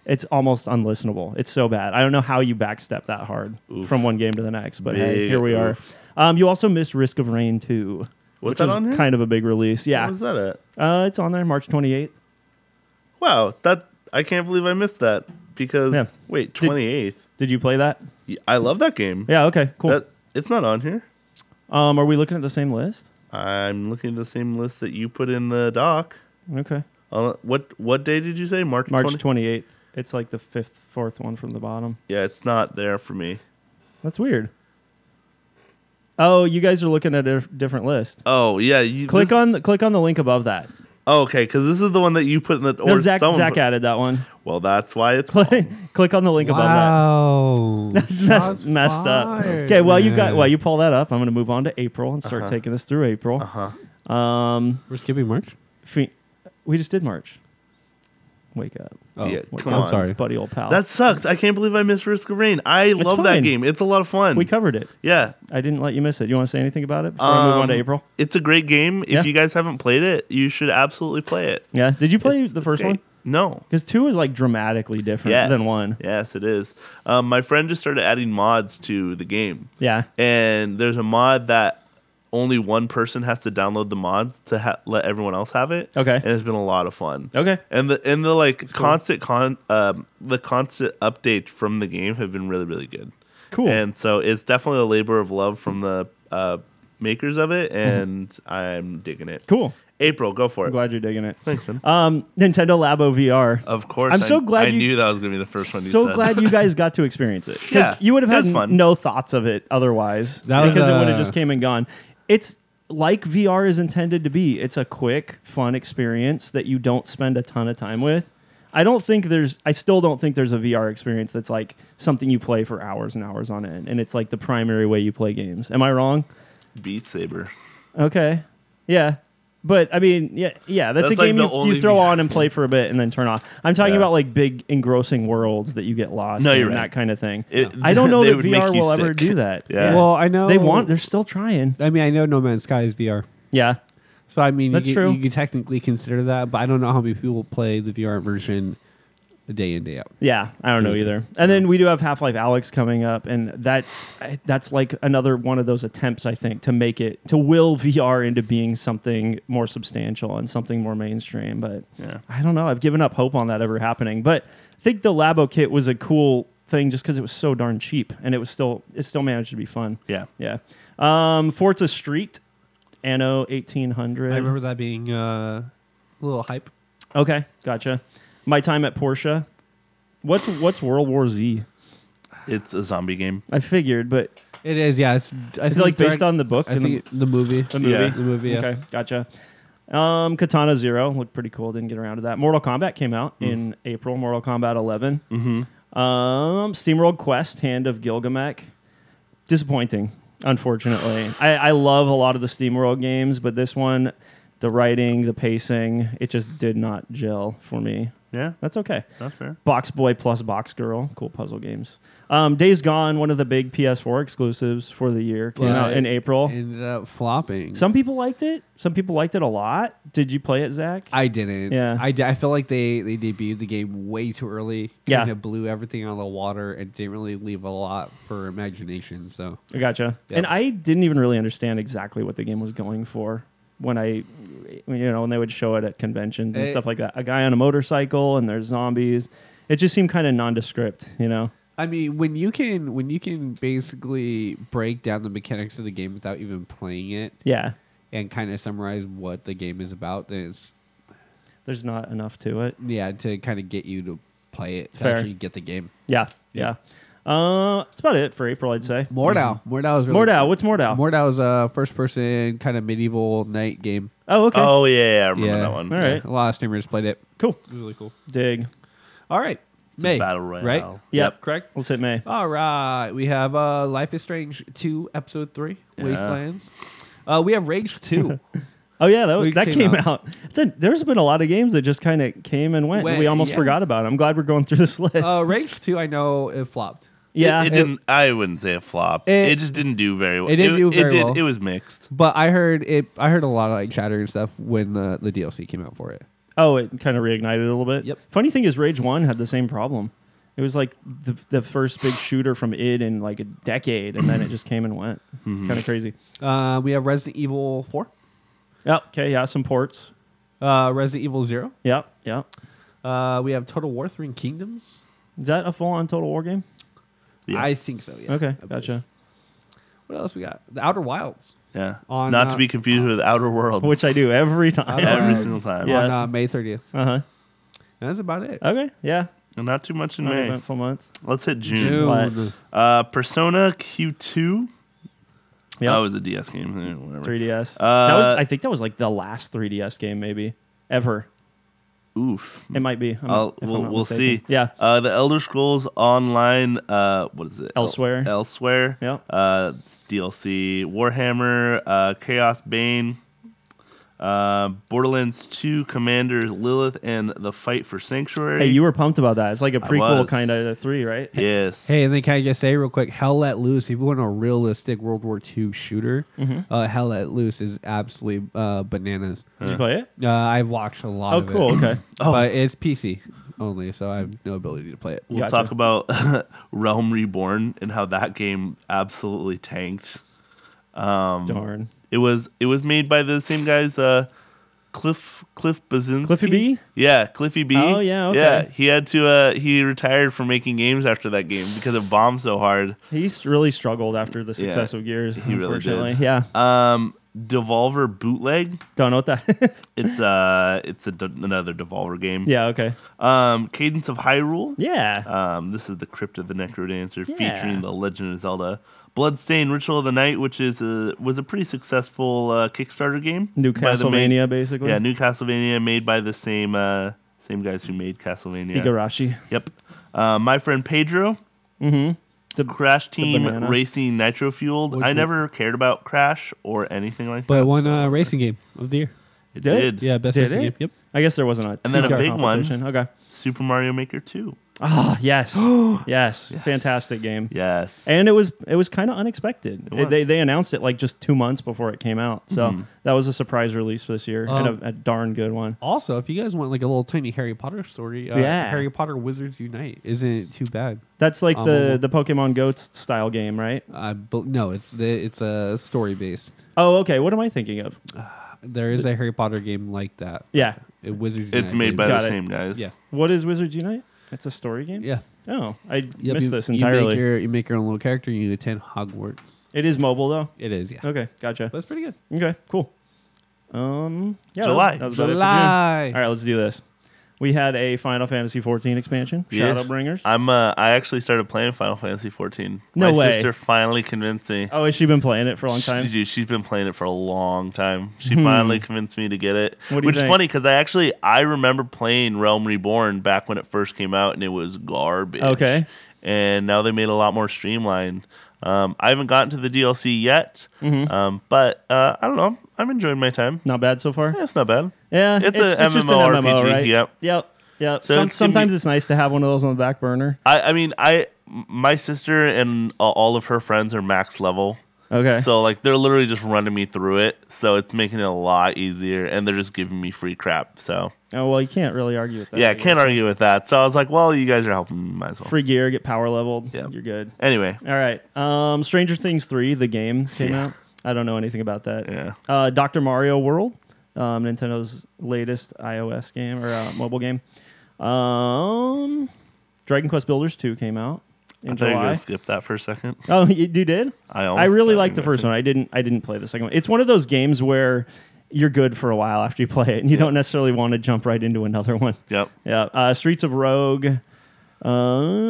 D: it's almost unlistenable. It's so bad. I don't know how you backstep that hard from one game to the next, but hey,
B: Big
D: here we
B: oof.
D: are. Um, you also missed Risk of Rain 2.
B: What's
D: which
B: that
D: is
B: on here?
D: Kind of a big release.
B: What
D: Yeah.
B: was that at?
D: Uh, it's on there March 28th.
B: Wow, that I can't believe I missed that because
D: Yeah.
B: wait, twenty eighth.
D: Did you play that?
B: I love that game.
D: Yeah, okay, cool.
B: That, it's not on here.
D: Um, are we looking at the same list?
B: I'm looking at the same list that you put in the doc.
D: Okay.
B: Uh, what what day did you say? March
D: March
B: 20?
D: 28th. It's like the fifth, fourth one from the bottom.
B: Yeah, it's not there for me.
D: That's weird. Oh, you guys are looking at a different list.
B: Oh yeah, you,
D: click
B: this-
D: on the, click on the link above that.
B: Oh, okay, because this is the one that you put in the or
D: No, Zach,
B: someone
D: Zach
B: put-
D: added that one. [laughs]
B: Well, that's why it's
D: click on the link above that. [laughs]
E: Wow,
D: messed, messed up. Okay, well you got while you pull that up, I'm going to move on to April and start taking us through April. Uh-huh. Um,
E: We're skipping March.
D: fe- we just did March. Wake up,
E: Oh,
B: Yeah,
E: wait,
B: come
E: I'm
B: on.
E: sorry.
D: buddy, old
B: [laughs]
D: pal.
B: that sucks. I can't believe I missed Risk of Rain. I love
D: fine.
B: that game. It's a lot of fun.
D: we covered it.
B: yeah,
D: I didn't let you miss it. You want to say anything about it before I move on to
B: Um,
D: April?
B: It's a great game. If
D: Yeah.
B: you guys haven't played it, you should absolutely play it.
D: Yeah. Did you play
B: It's
D: the first
B: great.
D: one?
B: No.
D: Because two is like dramatically different
B: Yes.
D: than one.
B: Yes, it is. Um, my friend just started adding mods to the game.
D: Yeah.
B: and there's a mod that only one person has to download the mods to ha- let everyone else have it.
D: Okay.
B: and it's been a lot of fun.
D: Okay.
B: and the and the like constant con um, the constant updates from the game have been really really good.
D: Cool.
B: And so it's definitely a labor of love from the uh, makers of it, and I'm digging it.
D: Cool.
B: April, go for
D: Mm-hmm. I'm
B: it.
D: glad you're digging it.
B: Thanks, man.
D: Um, Nintendo Labo VR.
B: of course,
D: I'm
B: I-
D: so glad
B: I
D: you-
B: knew that was gonna be the first one. You
D: so
B: said.
D: glad you guys got to experience it. 'Cause
B: Yeah,
D: you would have
B: it
D: had
B: was fun.
D: no thoughts of it otherwise.
E: That was,
D: because it would have
E: uh,
D: just came and gone. It's like VR is intended to be. It's a quick, fun experience that you don't spend a ton of time with. I don't think there's. I still don't think there's a VR experience that's like something you play for hours and hours on end, and it's like the primary way you play games. Am I wrong?
B: [laughs] Beat
D: [laughs]
B: Saber.
D: Okay. Yeah. But I mean, yeah, yeah, that's,
B: That's
D: a
B: like
D: game
B: the
D: you,
B: only
D: you throw
B: VR
D: on and play for a bit and then turn off. I'm talking
B: Yeah.
D: about like big engrossing worlds that you get lost
B: No,
D: in,
B: you're right.
D: that kind
B: [laughs]
D: of thing.
B: It-
D: I don't know
B: they
D: that
B: would make
D: VR
B: you
D: will ever
B: sick.
D: do that.
B: Yeah.
E: Well, I know
D: they want they're still trying.
E: I mean, I know No Man's Sky is VR,
D: Yeah.
E: so I mean,
D: That's
E: you, could-
D: true.
E: you could technically consider that, but I don't know how many people play the VR version day in day out.
D: Yeah, I don't know either. And then we do have Half Life Alex coming up, and that I- that's like another one of those attempts, I think, to make it to will VR into being something more substantial and something more mainstream. But
B: Yeah.
D: I don't know. I've given up hope on that ever happening. But I think the Labo kit was a cool thing just because it was so darn cheap, and it was still it still managed to be fun.
B: Yeah.
D: Yeah. Um, Forza Street, Anno eighteen hundred.
E: I remember that being uh, a little hype.
D: Okay, gotcha. My time at Porsche. What's what's World War Z?
B: It's a zombie game.
D: I figured, but
E: It is, yeah. It's, I
D: Is
E: think
D: it like
E: it's
D: based
E: direct-
D: on the book?
E: I
D: and the-
E: think the movie.
D: The movie.
B: Yeah.
E: The movie, yeah.
D: Okay, gotcha. Um, Katana Zero looked pretty cool. Didn't get around to that. Mortal Kombat came out
E: Mm.
D: in April. Mortal Kombat 11. Mm-hmm. Um, Steamworld Quest: Hand of Gilgamesh. Disappointing, unfortunately. I, I love a lot of the Steamworld games, but this one, the writing, the pacing, it just did not gel for me.
B: Yeah,
D: That's okay.
B: that's fair.
D: Box Boy plus Box Girl, cool puzzle games. Um, Days Gone, one of the big PS4 exclusives for the year, came out in
E: But
D: April.
E: Ended up flopping.
D: Some people liked it. Some people liked it a lot. Did you play it, Zach?
E: I didn't.
D: Yeah.
E: I, di- I felt like they, they debuted the game way too early.
D: Yeah.
E: Kind of blew everything out of the water and didn't really leave a lot for imagination. So
D: I gotcha.
E: Yeah.
D: And I didn't even really understand exactly what the game was going for when I, you know, when they would show it at conventions and
E: Eh.
D: stuff like that. A guy on a motorcycle and there's zombies. It just seemed kind of nondescript, you know.
E: I mean, when you can when you can basically break down the mechanics of the game without even playing it
D: Yeah,
E: and kind of summarize what the game is about, then it's
D: there's not enough to it.
E: yeah to kind of get you to play it to
D: Fair.
E: actually get the game.
D: Yeah, yeah. Uh, that's about it for April, I'd say.
E: Mordau, Mordau is really
D: Mordau, Mm-hmm. what's Mordau?
E: Mordau is a first person kind of medieval knight game.
D: oh, okay.
B: Oh yeah, yeah, I remember
E: Yeah.
B: that one.
D: All right.
E: A lot of streamers played it.
D: cool.
E: It was really cool.
D: Dig.
E: All right,
B: It's a
E: May,
B: battle royale.
E: right?
D: Yep.
E: Correct.
D: Let's hit May.
E: All right, we have uh, Life is Strange two, episode three,
B: Yeah.
E: Wastelands. Uh, we have
B: [laughs]
E: Rage two.
D: Oh yeah, that, was,
E: We
D: that came,
E: came
D: out. It's a, there's been a lot of games that just kind of came and went. and
E: Went,
D: we almost
E: yeah.
D: forgot about. it. I'm glad we're going through this [laughs] list.
E: uh, Rage two, I know it flopped.
D: yeah,
B: It, it didn't. I wouldn't say a flop. It,
E: It-
B: just didn't do very well.
E: it didn't do very
B: it did,
E: well.
B: It was mixed.
E: But I heard it. I heard a lot of like chatter and stuff when uh, the, the DLC came out for it.
D: oh, it kind of reignited a little bit.
E: Yep.
D: Funny thing is, Rage One had the same problem. It was like the, the first big shooter from id in like a decade, and then it just came and went.
B: Mm-hmm.
D: Kind of crazy.
E: Uh, we have Resident Evil four,
D: Yep. Okay. Yeah. Some ports.
E: uh, Resident Evil zero.
D: Yep. Yep.
E: Uh, we have Total War Three Kingdoms.
D: Is that a full-on Total War game?
B: Yeah.
E: I think so. Yeah. I
D: Okay.
E: believe.
D: Gotcha.
E: What else we got? The Outer Wilds
B: yeah.
E: on,
B: Not to
E: uh,
B: be confused with Outer Worlds,
D: Which I do every [laughs] time.
E: Outer
B: every
E: Wilds
B: single time.
D: Yeah.
E: on uh, May thirtieth.
D: Uh huh.
E: That's about it.
D: Okay. Yeah.
B: And not too much in
D: Not an
B: May.
D: eventful month.
B: Let's hit June.
E: June.
D: But
B: Uh, Persona Q2.
D: yeah.
B: That was a DS game. eh, Whatever.
D: 3DS. that was,
B: Uh,
D: I think that was like the last 3DS game, maybe ever.
B: Oof.
D: It might be. I'm-
B: I'll,
D: if I'm
B: we'll
D: not
B: we'll
D: mistaken.
B: see.
D: Yeah.
B: Uh, the Elder Scrolls Online. Uh, what is it? El-
D: Elsewhere.
B: elsewhere.
D: Yep.
B: Uh, DLC. Warhammer. Uh, Chaos Bane. Uh, Borderlands 2, Commander Lilith, and the Fight for Sanctuary.
D: Hey, you were pumped about that. It's like a
B: I
D: prequel
B: was.
D: kind of to three, right?
B: yes.
E: Hey, and then can I just say real quick, Hell Let Loose, if you want a realistic World War II shooter,
D: Mm-hmm.
E: uh, Hell Let Loose is absolutely uh, bananas.
D: Did you play it?
E: Uh, I've watched a lot
D: Oh,
E: of it.
D: cool.
E: [clears throat]
D: Okay.
B: Oh.
E: But it's PC only, so I have no ability to play it.
B: We'll
D: Gotcha.
B: talk about [laughs] Realm Reborn and how that game absolutely tanked. um,
D: Darn.
B: It was it was made by the same guys, uh, Cliff Cliff Bazinski.
D: Cliffy B?
B: Yeah, Cliffy B.
D: Oh, yeah, okay.
B: yeah. He had to uh, he retired from making games after that game because it bombed so hard.
D: He's really struggled after the success of Gears.
B: he really
D: unfortunately.
B: did.
D: Yeah.
B: Um, Devolver Bootleg.
D: Don't know what that [laughs] is.
B: It's uh it's a d- another Devolver game.
D: yeah. Okay.
B: Um, Cadence of Hyrule.
D: Yeah.
B: Um, this is the Crypt of the Necrodancer
D: Yeah.
B: featuring the Legend of Zelda Bloodstained Ritual of the Night, which is a, was a pretty successful uh, Kickstarter game.
D: New
B: by the main-
D: Castlevania, basically.
B: yeah, New Castlevania, made by the same uh, same guys who made Castlevania.
D: Igarashi.
B: Yep. Uh, my friend Pedro. Mm-hmm. Crash Team
D: banana.
B: Racing Nitro Fueled.
E: Which
B: I
E: one?
B: never cared about Crash or anything like that.
E: But one
B: so
E: uh, racing game of the year.
B: it
D: Did it?
B: did.
E: Yeah, best
D: Did
E: racing
D: it?
E: game. Yep.
D: I guess there wasn't a
B: And then a
D: CR
B: big one.
D: competition. Okay.
B: Super Mario Maker 2.
D: Ah,
B: [gasps]
D: yes. yes. Fantastic game.
B: Yes.
D: and it was it was kind of unexpected.
B: was.
D: They they announced it like just two months before it came out, so that was a surprise release for this year and
E: Mm-hmm. Um,
D: a, a darn good one.
E: Also, if you guys want like a little tiny Harry Potter story, uh,
D: Yeah.
E: Harry Potter Wizards Unite isn't too bad.
D: That's like
E: um,
D: the
E: well-
D: the Pokemon Go s- style game, right?
E: I bel no, it's the, it's a story based.
D: Oh, okay. What am I thinking of?
E: There is a Harry Potter game like that.
D: Yeah.
E: It, Wizards
B: it's
E: Unite
B: made
E: game.
B: by
D: Got
B: the
D: it.
B: same guys.
E: Yeah.
D: What is Wizards Unite? It's a story game.
E: Yeah.
D: Oh, I
E: Yep,
D: missed
E: you-
D: this
E: You
D: entirely.
E: make, your, you make your own little character and you attend Hogwarts.
D: it is mobile though.
E: It is, yeah.
D: Okay, gotcha.
E: That's pretty good.
D: Okay, cool. Um, yeah, that was-
B: July.
D: That was, about it for June.
E: July.
D: All right, let's do this. We had a Final Fantasy 14 expansion,
B: Yeah.
D: Shadowbringers.
B: I'm. Uh, I actually started playing Final Fantasy 14.
D: No
B: My
D: way.
B: sister finally convinced me.
D: oh, has she been playing it for a long time? Hmm.
B: She, dude, she's been playing it for a long time. She finally convinced me to get it,
D: What do you
B: which is
D: think?
B: funny because I actually I remember playing Realm Reborn back when it first came out, and it was garbage.
D: Okay.
B: and now they made it a lot more streamlined. Um, I haven't gotten to the DLC yet,
D: Mm-hmm.
B: um, but uh, I don't know. I'm, I'm enjoying my time.
D: Not bad so
E: Eh,
D: far.
B: Yeah, it's not bad.
D: Yeah,
B: It's a MMORPG, yep.
D: Yep. Yep.
B: So it's
D: Some-
B: gonna be-
D: sometimes it's nice to have one of those on the back burner.
B: I, I mean, I my sister and a- all of her friends are max level.
D: Okay.
B: So like they're literally just running me through it, so it's making it a lot easier, and they're just giving me free crap. So
D: oh well, you can't really argue with that.
B: yeah,
D: I
B: I can't argue with that. So I was like, well, you guys are helping, me, might as well.
D: guess. Free gear, get power leveled.
B: Yep.
D: You're good.
B: Anyway,
D: All right. Um, Stranger Things three, the game came
B: Yeah.
D: out. I don't know anything about that.
B: Yeah.
D: Uh, Doctor Mario World, um, Nintendo's latest iOS game or uh, mobile game. Um, Dragon Quest Builders two came out in
B: I thought you were
D: July.
B: gonna skip that for a second.
D: Oh, you, you did.
B: I
D: I
B: almost
D: really
B: thought
D: liked
B: you
D: the first one. I didn't. I didn't play the second one. It's one of those games where you're good for a while after you [laughs] play it, and you don't necessarily want to jump right into another one. [laughs]
B: Yep.
D: Yeah. Uh, Streets of Rogue, uh,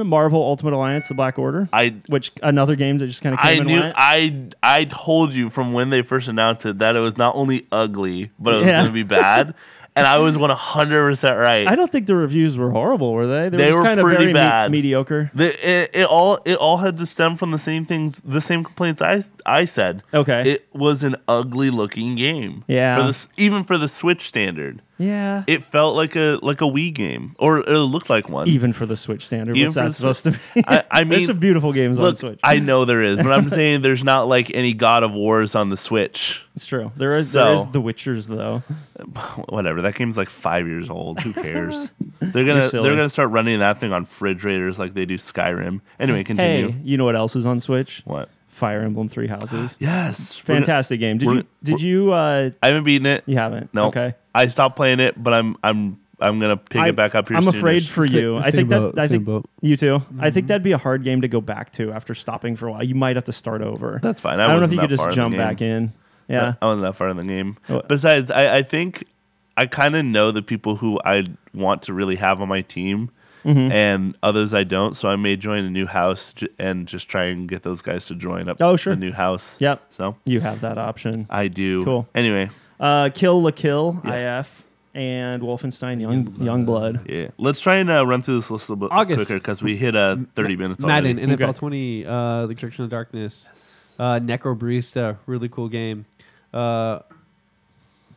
D: Marvel Ultimate Alliance, The Black Order.
B: I
D: which another game that just kind of came
B: I
D: and
B: knew
D: went.
B: I I told you from when they first announced it that it was not only ugly but it was
D: Yeah.
B: gonna be bad, and I was one hundred percent right.
D: [laughs] I don't think the reviews were horrible, were they?
B: They
D: just
B: were
D: kinda
B: pretty
D: very me-
B: bad.
D: mediocre.
B: The, it, it all it all had to stem from the same things, the same complaints I I said.
D: Okay.
B: it was an ugly looking game.
D: Yeah.
B: for this even for the Switch standard,
D: yeah.
B: it felt like a like a Wii game, or it looked like one.
D: even for the Switch standard,
B: Even
D: what's
B: for
D: that
B: the
D: supposed to be?
B: [laughs] I- I
D: there's
B: mean,
D: some beautiful games on
B: Look,
D: Switch.
B: I know there is, but
D: [laughs]
B: I'm saying there's not like any God of Wars on the Switch. [laughs]
D: it's true. There is there is
B: So-
D: The Witchers though.
B: Whatever, that game's like five years old. Who
D: [laughs]
B: cares? they're gonna
D: silly.
B: they're gonna start running that thing on refrigerators like they do Skyrim. Anyway,
D: Hey,
B: continue.
D: you know what else is on Switch?
B: What?
D: Fire Emblem Three Houses.
B: Yes, [gasps] we're gonna-
D: Fantastic game. Did
B: we're
D: you
B: gonna-
D: did you uh
B: I haven't beaten it.
D: you haven't?
B: No.
D: Okay.
B: I stopped playing it, but I'm I'm I'm gonna pick
D: I-
B: it back up here.
D: I'm afraid
B: soonish.
D: for
E: Sa-
D: you. I
E: same
D: think
E: boat,
D: that I
E: same
D: think
E: boat. Mm-hmm.
D: you too. I think that'd be a hard game to go back to after stopping for a while. You might have to start over.
B: That's fine. I
D: I, don't know if
B: wasn't
D: you could
B: that far
D: just
B: in the
D: jump
B: game.
D: back in. Yeah.
B: I wasn't that uh, far in the game.
D: Oh.
B: Besides, I, I think I kind of know the people who I want to really have on my team,
D: Mm-hmm.
B: and others I don't. So I may join a new house j- and just try and get those guys to join up.
D: Oh, sure.
B: the new house.
D: Yep.
B: So
D: You have that option.
B: I do.
D: Cool.
B: Anyway,
D: Uh, Kill La Kill,
B: Yes.
D: IF, and Wolfenstein Young Young Blood.
B: yeah. Let's try and uh, run through this list a little bit
E: August.
B: quicker because we hit uh, 30 minutes already.
E: Madden, NFL
D: Okay.
E: 20, uh, The Church in the Darkness, uh, Necrobarista, really cool game. Uh,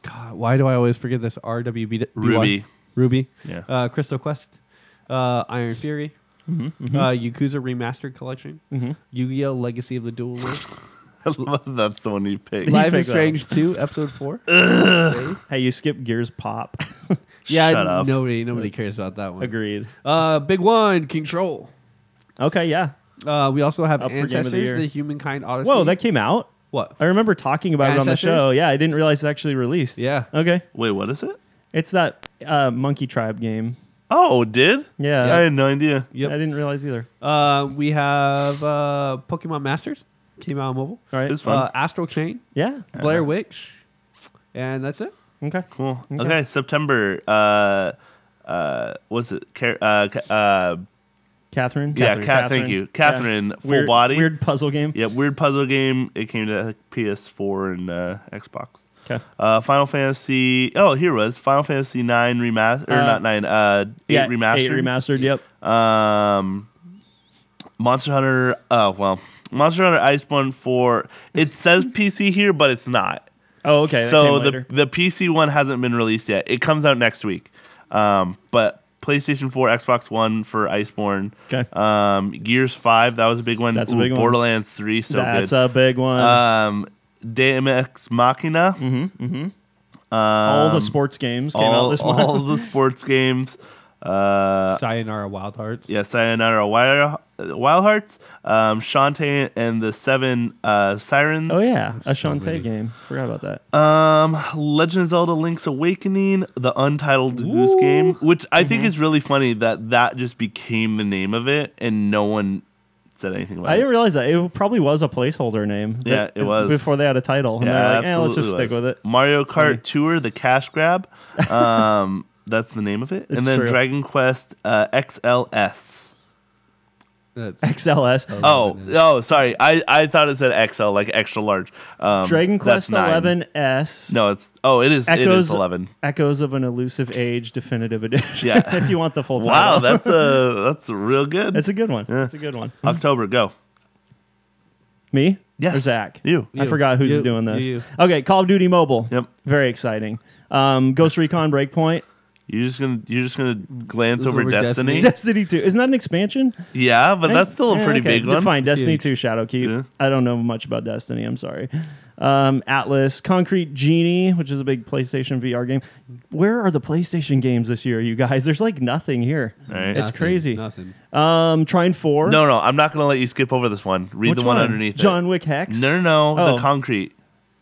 E: God, why do I always forget this? RWB
B: Ruby.
E: Ruby.
B: Yeah.
E: Uh, Crystal Quest, uh, Iron Fury,
D: Mm-hmm,
E: Uh, Yakuza Remastered Collection, Yu-Gi-Oh! Legacy of the Duel Links,
D: [laughs]
B: [laughs] That's the one you picked.
D: Like-
E: Life
D: picked
E: is
D: that
E: Strange 2, Episode 4.
D: Hey, you skip
B: [laughs]
D: Gears Pop.
E: yeah,
B: Shut up.
E: nobody nobody cares about that one.
D: Agreed.
E: Uh, big one, Control.
D: Okay, yeah.
E: Uh, we also have
D: Up for Game of the
E: Ancestors,
D: Year.
E: the, Humankind Odyssey.
D: Whoa, that came out.
E: what?
D: I remember talking about it on the
E: Ancestors?
D: show. Yeah, I didn't realize it actually released.
E: Yeah.
D: Okay.
B: Wait, what is it?
D: It's that uh, Monkey Tribe game.
B: Oh, it did?
D: Yeah.
B: I had no idea.
E: Yep.
D: I didn't realize either.
E: Uh, we have uh, Pokemon Masters came out on mobile.
D: All right.
B: It's fun.
E: Uh, Astral Chain,
D: Yeah.
E: Blair Witch, and that's it.
D: Okay.
B: Cool. Okay, September. Uh, uh, what's it? Car- uh, ca- uh,
D: Catherine.
B: yeah, Cat. Thank you, Catherine. Full
D: Weird-
B: body.
D: Weird puzzle game.
B: Yeah, weird puzzle game. It came to PS4 and uh, Xbox.
D: Okay.
B: Uh, Final Fantasy. Oh, here it was Final Fantasy Nine remaster or
D: Uh,
B: not nine. Uh, eight
D: Yeah,
B: remastered.
D: Eight remastered. Yep.
B: Um, Monster Hunter. Oh well, Monster Hunter Iceborne Four. It says PC here, but it's not.
D: Oh, okay. that
B: so
D: came
B: the
D: later.
B: the PC one hasn't been released yet. It comes out next week. Um, but PlayStation 4, Xbox One for Iceborne.
D: Okay.
B: Um, Gears 5, that was a big one.
D: That's a big one.
B: Borderlands 3, so
D: that's
B: good.
D: a big one.
B: um, DMX Machina.
D: all the sports games came
B: Um, [laughs] all,
D: out this
B: all
D: month.
B: the sports games. Uh,
E: Sayonara Wild Hearts.
B: yeah, Sayonara Wild, Wild Hearts. Um, Shantae and the Seven uh, Sirens.
D: Oh yeah, a
E: So
D: Shantae
E: many.
D: game. Forgot about that.
B: Um, Legend of Zelda: Link's Awakening, the Untitled Goose Game, which I
D: Mm-hmm.
B: think is really funny that that just became the name of it, and no one said anything about
D: I
B: it.
D: didn't realize that it probably was a placeholder name.
B: Yeah,
D: that-
B: it was.
D: before they had a title. And they're like, eh,
B: absolutely
D: let's just stick
B: was.
D: with it. [laughs]
B: Mario Kart
D: funny.
B: Tour, the cash grab, um, that's the name of it.
D: It's
B: and then
D: true.
B: Dragon Quest uh, XLS.
D: [laughs]
E: That's
D: XLS.
B: Oh,
E: goodness.
B: oh, sorry. I, I thought it said XL, like extra large. Um,
D: Dragon
B: that's
D: Quest
B: nine.
D: Eleven S.
B: No, it's oh, it is. it is
D: Echoes-
B: eleven.
D: Echoes of an Elusive Age Definitive Edition.
B: Yeah.
D: [laughs] if you want the full title.
B: Wow, that's a that's real good.
D: [laughs] That's a good one. That's a good one.
B: October, go.
D: Me?
B: Yes.
D: Or Zach?
B: You.
D: I
E: You.
D: forgot who's
E: You.
D: doing this.
E: You, you.
D: Okay, Call of Duty Mobile.
B: Yep.
D: Very exciting. Um, Ghost Recon
B: [laughs]
D: Breakpoint.
B: You're just gonna you're just gonna glance
E: Those
B: over
E: were
B: Destiny.
E: Destiny.
D: Destiny 2. Isn't that an expansion?
B: [laughs] Yeah, but that's still a
D: Yeah,
B: pretty
D: Eh, okay.
B: big one.
D: Fine, Destiny
E: huge.
D: 2 Shadowkeep.
B: Yeah.
D: I don't know much about Destiny. I'm sorry. Um, Atlas, Concrete Genie, which is a big PlayStation VR game. Where are the PlayStation games this year, you guys? There's like nothing here.
B: All right.
D: It's
E: nothing,
D: crazy.
E: Nothing.
D: Um, Trine 4.
B: No, no, I'm not gonna let you skip over this one. Read
D: Which
B: the one, underneath.
D: John
B: It.
D: Wick Hex.
B: No, no, no.
D: Oh.
B: The concrete.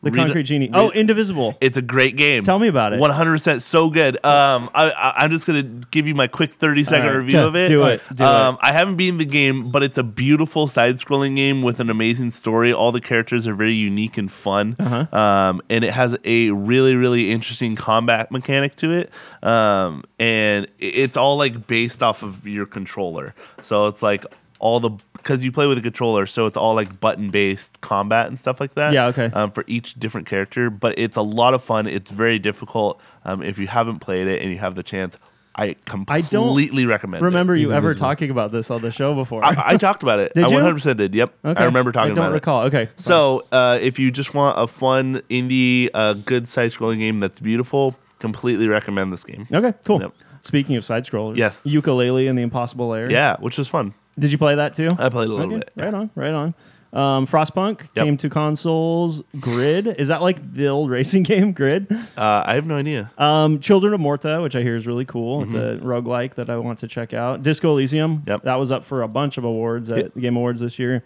D: The
B: Read-
D: Concrete Genie.
B: read-
D: Oh, Indivisible.
B: It's a great game.
D: Tell me about it.
B: One hundred percent, so good. Um, I, I, I'm just gonna give you my quick thirty second
D: right.
B: review of it.
D: Do it. Do it.
B: um, I haven't beaten the game, but it's a beautiful side scrolling game with an amazing story. All the characters are very unique and fun.
D: Uh-huh.
B: Um, and it has a really really interesting combat mechanic to it. Um, and i- it's all like based off of your controller. So it's like all the because you play with a controller, so it's all like button based combat and stuff like that
D: Yeah, okay.
B: um, for each different character. But it's a lot of fun. It's very difficult. Um, if you haven't played it and you have the chance, I
D: don't
B: completely recommend.
D: remember
B: it.
D: you ever
E: Indivisible.
D: talking about this on the show before. [laughs]
B: I, I talked about it.
D: Did
B: I
D: you?
B: 100 percent did. Yep. I remember talking
D: I don't
B: about it.
D: recall. Okay.
B: So uh, if you just want a fun indie, uh, good side scrolling game that's beautiful, completely recommend this game.
D: fine. Okay, cool.
B: Yep.
D: Speaking of side scrollers,
B: Yes.
D: Ukulele and the Impossible Lair.
B: Yeah, which was fun.
D: Did you play that too?
B: I played a little
D: Okay,
B: bit.
D: Right on, right on. Um, Frostpunk
B: Yep.
D: came to consoles. Grid is that like the old racing [laughs] game Grid?
B: Uh, I have no idea.
D: Um, Children of Morta, which I hear is really cool. It's a roguelike that I want to check out. Disco Elysium.
B: Mm-hmm. Yep.
D: That was up for a bunch of awards at
B: Yep.
D: the Game Awards this year.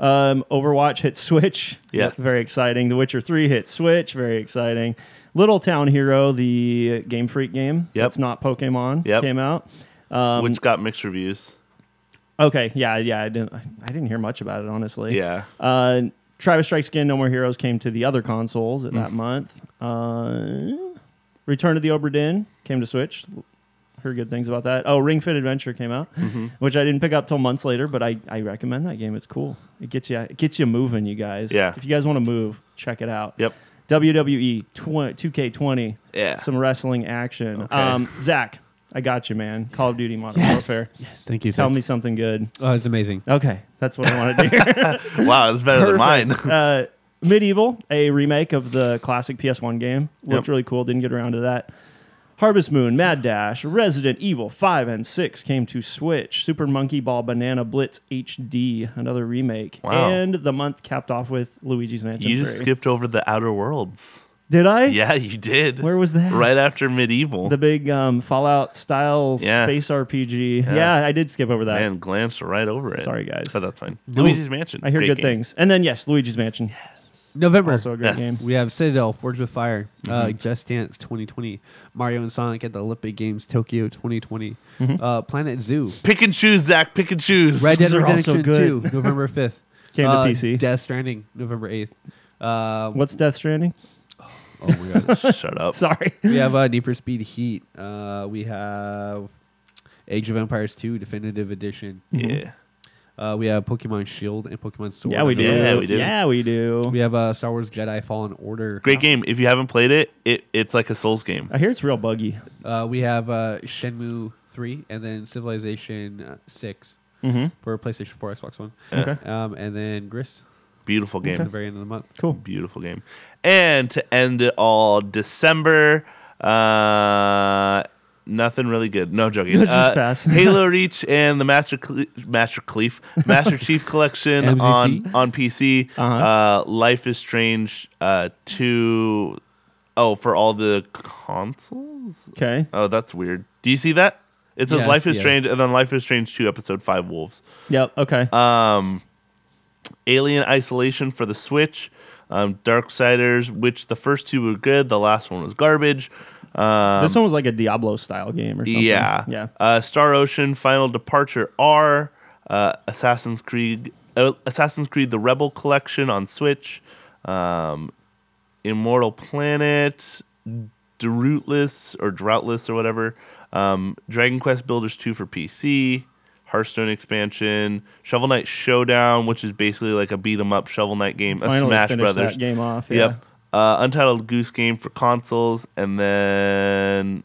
D: Um, Overwatch hit Switch.
B: [laughs] Yes.
D: Very exciting. The Witcher 3 hit Switch. Very exciting. Little Town Hero, the Game Freak game.
B: Yep.
D: It's not Pokemon.
B: Yep.
D: Came out. Um,
B: which got mixed reviews.
D: okay. Yeah. Yeah. I didn't. I I didn't hear much about it honestly.
B: Yeah.
D: Uh, Travis Strikes Again, No More Heroes came to the other consoles at that month. Uh, Return to the Oberdin came to Switch. Heard good things about that. Oh, Ring Fit Adventure came out, which I didn't pick up till months later, but I, I recommend that game. It's cool. It gets you it gets you moving, you guys.
B: Yeah.
D: If you guys want to move, check it out. E
B: Yep.
D: WWE tw- 2K20.
B: Yeah.
D: Some wrestling action.
B: Okay.
D: Um, Zach, I got you, man. Call of Duty Modern Warfare.
E: Yes. Thank you.
D: Tell
E: sir.
D: me something good.
E: Oh, it's amazing.
D: Okay, that's what I wanted to hear.
B: [laughs] Wow, that's better than mine.
D: Perfect. uh, Medieval, a remake of the classic PS1 game. Looked
B: Yep.
D: really cool. Didn't get around to that. Harvest Moon, Mad Dash, Resident Evil 5 and 6 came to Switch. Super Monkey Ball Banana Blitz HD, another remake.
B: Wow.
D: And the month capped off with Luigi's
B: [laughs]
D: Mansion
B: You
D: 3.
B: just skipped over the Outer Worlds.
D: Did I?
B: Yeah, you did.
D: Where was that?
B: Right after medieval.
D: The big um, Fallout style
B: Yeah.
D: space RPG. Yeah. I did skip over that.
B: Man glanced right over it.
D: Sorry, guys.
B: But that's fine. Luigi's Mansion.
D: I hear
B: great
D: good
B: game.
D: things. And then, yes, Luigi's Mansion.
E: November.
D: Also a great Mm-hmm.
B: Yes.
D: game.
E: We have Citadel, Forged with Fire, uh, Just Dance 2020, Mario and Sonic at the Olympic Games, Tokyo 2020,
D: Mm-hmm.
E: uh, Planet Zoo,
B: Pick and choose, Zach. Pick and choose.
E: Red Dead
D: Those are also
E: Redemption
D: good. [laughs]
E: 2, November 5th.
D: Came to
E: uh,
D: PC.
E: Death Stranding, November 8th. Uh,
D: What's Death Stranding? [laughs]
E: oh my
B: [laughs]
E: God.
B: Shut up.
D: Sorry.
E: [laughs] we have uh, Need for Speed Heat. Uh, we have Age of Empires 2 Definitive Edition.
B: Yeah.
E: Uh, we have Pokemon Shield and Pokemon Sword.
D: Yeah, we do.
E: on November
B: Yeah, we do.
D: Yeah, we do.
E: We have uh, Star Wars Jedi Fallen Order.
B: Great game. If you haven't played it, it it's like a Souls game.
D: I hear it's real buggy.
E: Uh, we have uh, Shenmue 3 and then Civilization uh, 6
D: Mhm.
E: for PlayStation 4, Xbox One.
D: Okay.
E: Um, and then Gris
B: Beautiful game.
E: at the very end of the month.
D: Cool.
B: Beautiful game. And to end it all, December. Uh, nothing really good. No I'm joking.
D: Let's just
B: Uh,
D: pass.
B: Halo Reach and the Master Cle- Master Cleef Master Chief Collection on
E: MCC?
B: on PC. uh Life is Strange uh, two. Oh, for all the consoles.
D: Okay.
B: Oh, that's weird. Do you see that? It says
E: Yes,
B: Life is
E: yeah.
B: Strange and then Life is Strange 2, Episode 5 Wolves.
D: Yep. Okay.
B: Um, Alien Isolation for the Switch. Um, Darksiders, which the first two were good, the last one was garbage. Um,
D: this one was like a Diablo style game or something.
B: yeah.
D: Yeah.
B: Uh, Star Ocean Final Departure R. Uh, Assassin's Creed. Uh, Assassin's Creed: The Rebel Collection on Switch. Um, Immortal Planet. Droughtless or Droughtless or whatever. Um, Dragon Quest Builders 2 for PC, Hearthstone expansion, Shovel Knight Showdown, which is basically like a beat 'em up Shovel Knight game, a
D: Finally
B: Smash
D: finished
B: Brothers
D: that game off. Yeah. [laughs]
B: Yep. Uh, Untitled Goose Game for consoles, and then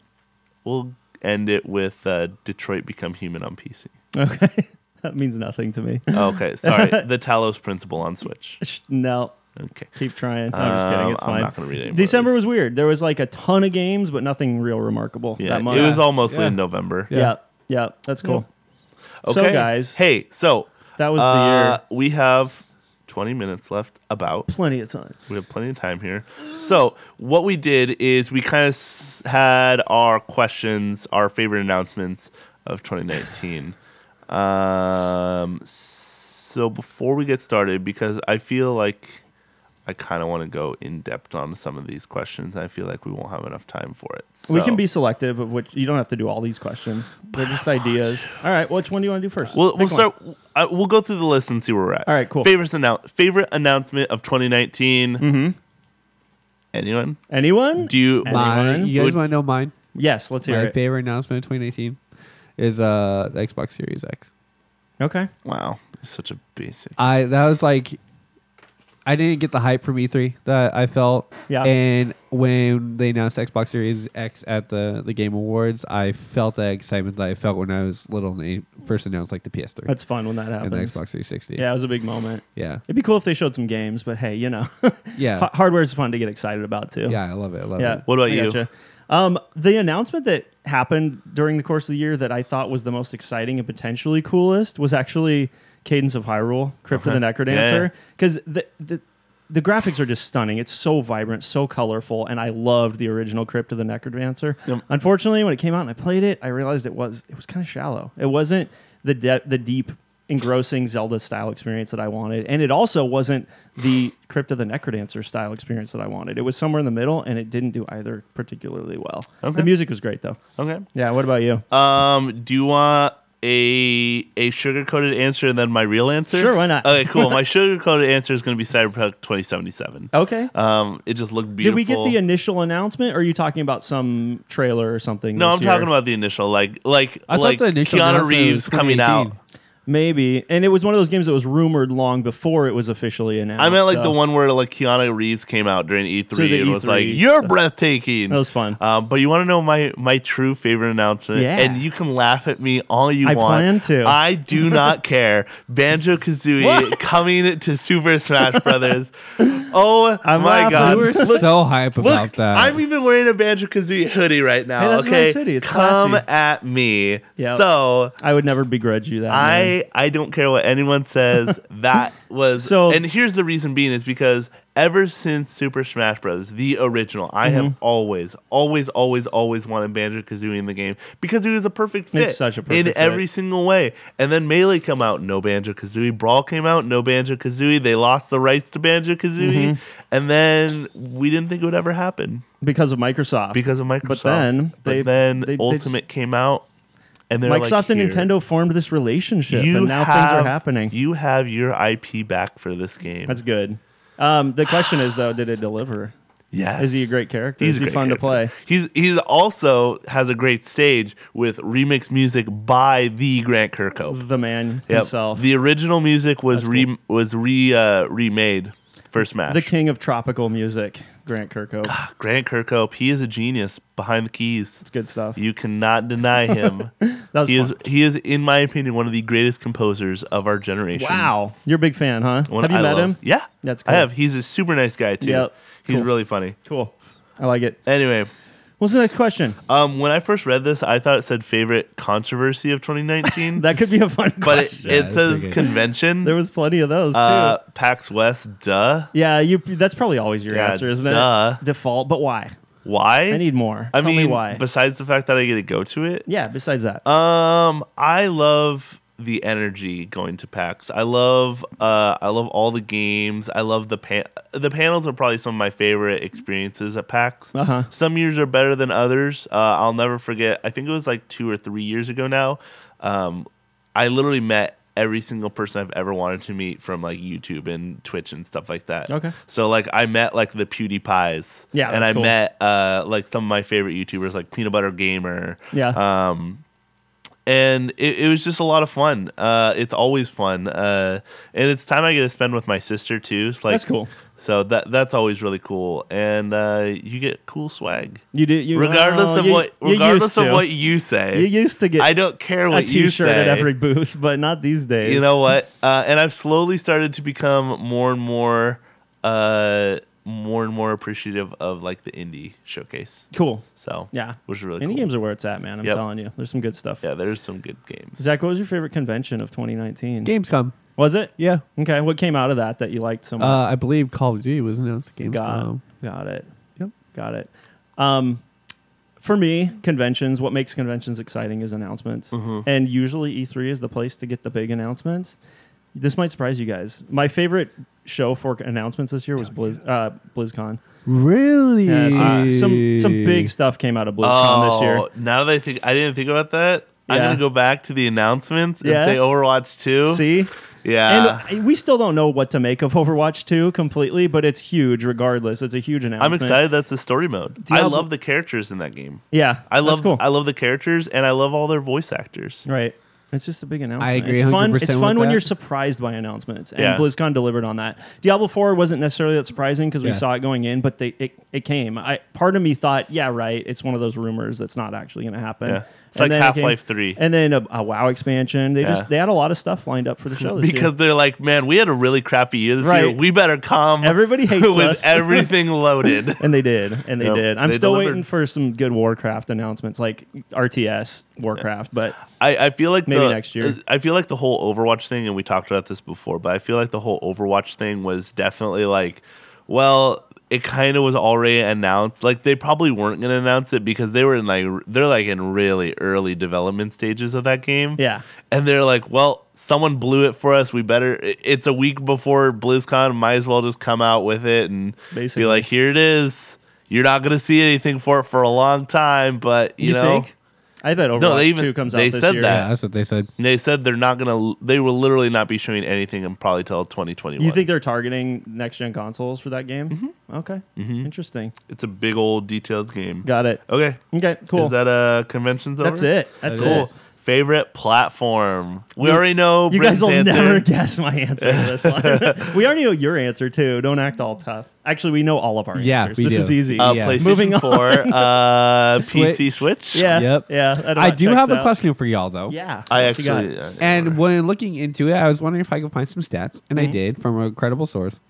B: we'll end it with uh, Detroit Become Human on PC.
D: Okay. that means nothing to me. [laughs]
B: Okay, sorry, the Talos Principle on Switch.
D: Sh- no.
B: Okay,
D: Keep trying. No, I'm just
B: Um,
D: kidding. It's
B: I'm
D: fine.
B: not gonna read any more of
D: December
B: these.
D: was weird. There was like a ton of games, but nothing real remarkable
B: yeah,
D: that month.
B: it was all mostly in
E: Yeah.
B: November.
D: Yeah. Yeah. That's cool.
B: Okay,
D: So, guys-
B: hey, so
D: That was the
B: uh,
D: year.
B: we have 20 minutes left. About
D: Plenty of time.
B: We have plenty of time here. So, what we did is we kind of s- had our questions, our favorite announcements of 2019. Um, so, before we get started, because I feel like I kind of want to go in depth on some of these questions, I feel like we won't have enough time for it.
D: we
B: So-
D: can be selective of which you don't have to do all these questions. They're just ideas. All right, which one do you want to do first?
B: We'll, we'll
D: Pick one.
B: start. I, we'll go through the list and see where we're at.
D: All right, cool.
B: Favorite, annou- favorite announcement of 2019. Mm-hmm. Anyone?
D: Anyone?
B: Do you?
E: Mine.
D: Anyone?
E: Uh, You guys
B: Would-
E: want to know mine?
D: yes, let's hear
E: My
D: it.
E: favorite announcement of 2018 is uh, the Xbox Series X.
D: Okay.
B: Wow, such a basic.
E: I that was like I didn't get the hype from E3 that I felt.
D: Yeah.
E: And when they announced Xbox Series X at the the Game Awards, I felt that excitement that I felt when I was little and they first announced like the PS3
D: That's fun when that
E: and the
D: happens.
E: Xbox 360.
D: Yeah, it was a big moment.
E: Yeah.
D: It'd be cool if they showed some games, but hey, you know,
E: Yeah.
D: ha- hardware's fun to get excited about too.
E: Yeah, I love it. I love
D: Yeah.
E: it.
B: What about
D: I
B: you?
D: gotcha. Um, the announcement that happened during the course of the year that I thought was the most exciting and potentially coolest was actually Cadence of Hyrule, Crypt of the
B: Okay. Yeah, yeah.
D: Necrodancer, because the, the the graphics are just stunning. It's so vibrant, so colorful, and I loved the original Crypt of the Necrodancer.
B: Yep.
D: Unfortunately, when it came out and I played it, I realized it was it was kind of shallow. It wasn't the de- the deep engrossing Zelda style experience that I wanted, and it also wasn't the Crypt of the Necrodancer style experience that I wanted. It was somewhere in the middle, and it didn't do either particularly well.
B: Okay.
D: The music was great though.
B: Okay.
D: Yeah. What about you?
B: Um, do you want a a sugar coated answer and then my real answer?
D: Sure, why not?
B: Okay,
D: [laughs]
B: cool. my sugar coated answer is going to be Cyberpunk 2077.
D: Okay.
B: Um, it just looked
D: Oh. Did
B: beautiful.
D: we get the initial announcement? Or are you talking about some trailer or something?
B: No,
D: this
B: I'm
D: year?
B: talking about the initial, like, like,
E: I
B: like
E: thought the initial
B: Keanu
E: announcement
B: Reeves
E: was
B: coming out.
E: 2018.
D: Maybe. And it was one of those games that was rumored long before it was officially announced.
B: I meant like
D: so-
B: the one where like Keanu Reeves came out during E3
D: To the
B: and was like,
D: E3,
B: "You're
D: so-
B: breathtaking."
D: That was fun.
B: Um, but you want to know my my true favorite announcement?
D: Yeah.
B: And you can laugh at me all you
D: I
B: want.
D: plan to.
B: I do
D: [laughs]
B: not care. Banjo Kazooie
D: What?
B: coming to Super Smash
D: [laughs]
B: Brothers. Oh
D: I'm
B: my
D: laughing.
B: god!
E: We were
B: Look-
E: so hype about
B: Look,
E: that.
B: I'm even wearing a Banjo Kazooie hoodie right now.
D: Hey, that's a
B: okay,
D: nice hoodie. It's
B: come
D: classy.
B: at me.
D: Yep.
B: So
D: I would never begrudge you that. man.
B: I I don't care what anyone
D: [laughs]
B: says. that was
D: So-
B: and here's the reason being is because ever since Super Smash Bros. the original, I
D: Mm-hmm.
B: have always, always, always, always wanted Banjo Kazooie in the game because it was a perfect fit.
D: It's such a
B: in
D: perfect fit.
B: every single way. And then Melee came out, no Banjo Kazooie. Brawl came out, no Banjo Kazooie. They lost the rights to Banjo Kazooie,
D: Mm-hmm.
B: and then we didn't think it would ever happen
D: because of Microsoft.
B: because of Microsoft.
D: then
B: but
D: they-
B: then
D: they- they
B: Ultimate came out, and they're
D: Microsoft
B: like,
D: and
B: "Here."
D: Nintendo formed this relationship, and now things are happening.
B: You have your IP back for this game.
D: That's good. Um, the question is though, did it deliver?
B: yes.
D: Is he a great character?
B: He's
D: is
B: a
D: he
B: great
D: fun to play?
B: character. He's he's also has a great stage with remix music by the Grant Kirkhope
D: The man
B: Yep.
D: himself,
B: The original music was re was re uh, remade for Smash.
D: the king of tropical music, Grant Kirkhope.
B: Grant Kirkhope, he is a genius behind the keys.
D: It's good stuff.
B: You cannot deny
D: [laughs]
B: him.
D: that was
B: he is
D: fun.
B: he is in my opinion one of the greatest composers of our generation.
D: Wow, you're a big fan, huh?
B: One
D: Have you
B: I
D: met
B: love.
D: him?
B: Yeah.
D: That's
B: I
D: cool.
B: have. He's a super nice guy too.
D: Yep.
B: He's
D: Cool.
B: really funny.
D: Cool. I like it.
B: Anyway,
D: What's the next question?
B: um, when I first read this, I thought it said favorite controversy
D: [laughs]
B: of 2019.
D: That could be a fun
B: but
D: question.
B: it, it
E: that's
B: says
E: pretty good.
B: convention.
D: there was plenty of those too.
B: uh, PAX West. Duh.
D: yeah, you. That's probably always your
B: yeah,
D: answer, isn't
B: duh.
D: it? Default, but why?
B: Why?
D: I need more.
B: I
D: Tell
B: mean,
D: me why.
B: besides the fact that I get to go to it.
D: yeah. Besides that,
B: Um, I love the energy going to PAX. I love uh I love all the games. I love the pan the panels are probably some of my favorite experiences at PAX.
D: Uh-huh.
B: Some years are better than others. Uh I'll never forget. I think it was like 2 or 3 years ago now. Um I literally met every single person I've ever wanted to meet from like YouTube and Twitch and stuff like that.
D: Okay.
B: So like I met like the PewDiePies.
D: Yeah,
B: And
D: that's
B: I
D: cool.
B: met uh like some of my favorite YouTubers like Peanut Butter Gamer.
D: Yeah.
B: Um and it, it was just a lot of fun. Uh, it's always fun, uh, and it's time I get to spend with my sister too. It's like,
D: That's cool.
B: So that that's always really cool, and uh, you get cool swag
D: You do. You,
B: regardless
D: well,
B: of
D: you-
B: what
D: you
B: regardless
D: used
B: of
D: to.
B: what you say.
D: You used to get
B: I don't care
D: a
B: what you
D: T-shirt
B: say.
D: at every booth, but not these days.
B: you know what? Uh, and I've slowly started to become more and more uh, more and more appreciative of like the indie showcase.
D: cool.
B: So
D: Yeah.
B: which is really
D: Any
B: cool.
D: games are where it's at, man. I'm
B: Yep.
D: telling you, there's some good stuff.
B: Yeah, there's some good games.
D: Zach, what was your favorite convention of 2019?
E: Gamescom.
D: Was it?
E: Yeah.
D: Okay. What came out of that that you liked so much?
E: Uh, I believe Call of Duty was announced at Gamescom.
D: Got, got it.
E: Yep.
D: Got it. Um, for me, conventions, what makes conventions exciting is announcements.
B: Mm-hmm.
D: And usually E3 is the place to get the big announcements. This might surprise you guys. My favorite show for announcements this year was Blizz, uh, BlizzCon.
E: Really?
D: Yeah, some, Uh, some, some big stuff came out of BlizzCon this year.
B: Oh, now that I think I didn't think about that. I'm
D: Yeah.
B: gonna go back to the announcements and
D: Yeah.
B: say Overwatch 2.
D: See?
B: Oh. Yeah.
D: and uh, we still don't know what to make of Overwatch 2 completely, but it's huge regardless. It's a huge announcement.
B: I'm excited that's the story mode. I
D: Diablo-
B: love the characters in that game.
D: Yeah.
B: I
D: that's
B: love
D: cool.
B: I love the characters and I love all their voice actors.
D: Right. It's just a big announcement.
E: agree
D: It's fun.
E: 100%
D: It's fun when
E: with that.
D: you're surprised by announcements, and
B: Yeah.
D: BlizzCon delivered on that. Diablo Four wasn't necessarily that surprising because we
E: Yeah.
D: saw it going in, but they it, it came. I part of me thought, yeah, right. It's one of those rumors that's not actually going to happen.
B: Yeah. It's like
D: And then it came-
B: Half-Life 3.
D: and then a, a WoW expansion. They
B: Yeah.
D: just they had a lot of stuff lined up
B: [laughs]
D: for the show this year.
B: because they're like, man, we had a really crappy year this year.
D: Right.
B: We better come.
D: Everybody hates
B: [laughs] with
D: us."
B: everything
D: [laughs]
B: loaded.
D: And they did, and they
B: Yep,
D: did. I'm
B: they
D: still
B: delivered.
D: waiting for some good Warcraft announcements, like RTS Warcraft. But
B: I, I feel like
D: Maybe
B: the,
D: next year.
B: I feel like the whole Overwatch thing, and we talked about this before, but I feel like the whole Overwatch thing was definitely like, well, it kind of was already announced. Like they probably weren't going to announce it because they were in like r- they're like in really early development stages of that game.
D: Yeah.
B: and they're like, well, someone blew it for us. We better. i- It's a week before BlizzCon. Might as well just come out with it and
D: Basically.
B: be like, here it is. You're not going to see anything for it for a long time, but you,
D: you,
B: know.
D: think? I bet Overwatch
B: No, they even-
D: Two comes
B: they
D: out this
B: said
D: year.
B: that.
E: Yeah, that's what they said.
B: And They said they're not gonna. They will literally not be showing anything and probably till 2021.
D: You think they're targeting next gen consoles for that game?
B: Mm-hmm.
D: Okay, interesting.
B: it's a big old detailed game?
D: Got it.
B: Okay.
D: Okay, cool.
B: Oh. Is that a conventions?
D: That's
B: over?
D: it. That's
E: That
D: cool.
E: is.
D: It.
B: Favorite platform? We already know.
D: You guys
B: Brent's
D: will
B: answer.
D: never guess my answer to this
B: [laughs]
D: one. we already know your answer too. Don't act all tough. Actually, we know all of our
E: Yeah,
D: answers.
E: we
D: this
E: do.
D: is easy.
B: Uh,
E: Yeah.
B: PlayStation
D: Moving on.
B: 4,
D: [laughs]
B: uh, PC Switch.
D: yeah.
E: Yep.
D: Yeah. that
E: I
D: about
E: do
D: checks
E: have a
D: out.
E: question for y'all though.
D: Yeah.
B: I
D: what you
B: actually.
D: got?
B: uh,
E: And when looking into it, I was wondering if I could find some stats, and
B: Mm-hmm.
E: I did from a credible source.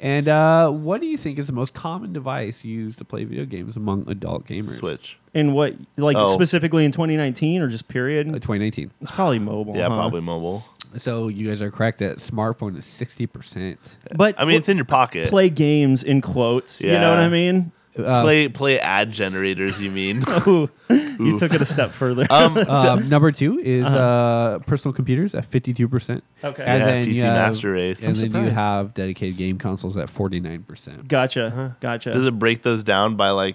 E: And uh, what do you think is the most common device used to play video games among adult gamers?
B: Switch.
D: in what like
B: Oh.
D: specifically in 2019 or just period?
E: Uh, 2019.
D: It's probably mobile.
B: Yeah,
D: huh?
B: probably mobile.
E: So you guys are correct that smartphone is 60%.
D: But
B: I mean, it's in your pocket.
D: play games in quotes. You know what
B: Yeah.
D: I mean?
E: Uh,
B: play, play ad generators. You
D: [laughs]
B: mean?
D: Ooh, you took it a step further.
B: [laughs]
E: Um, number two is uh, personal computers at 52%.
D: Okay.
E: And
B: Uh-huh. Yeah,
E: then
B: PC
E: you have-
B: Master Race.
E: And
B: I'm
E: then you
D: surprised.
E: have dedicated game consoles at 49%.
D: gotcha.
B: Uh-huh.
D: Gotcha.
B: Does it break those down by like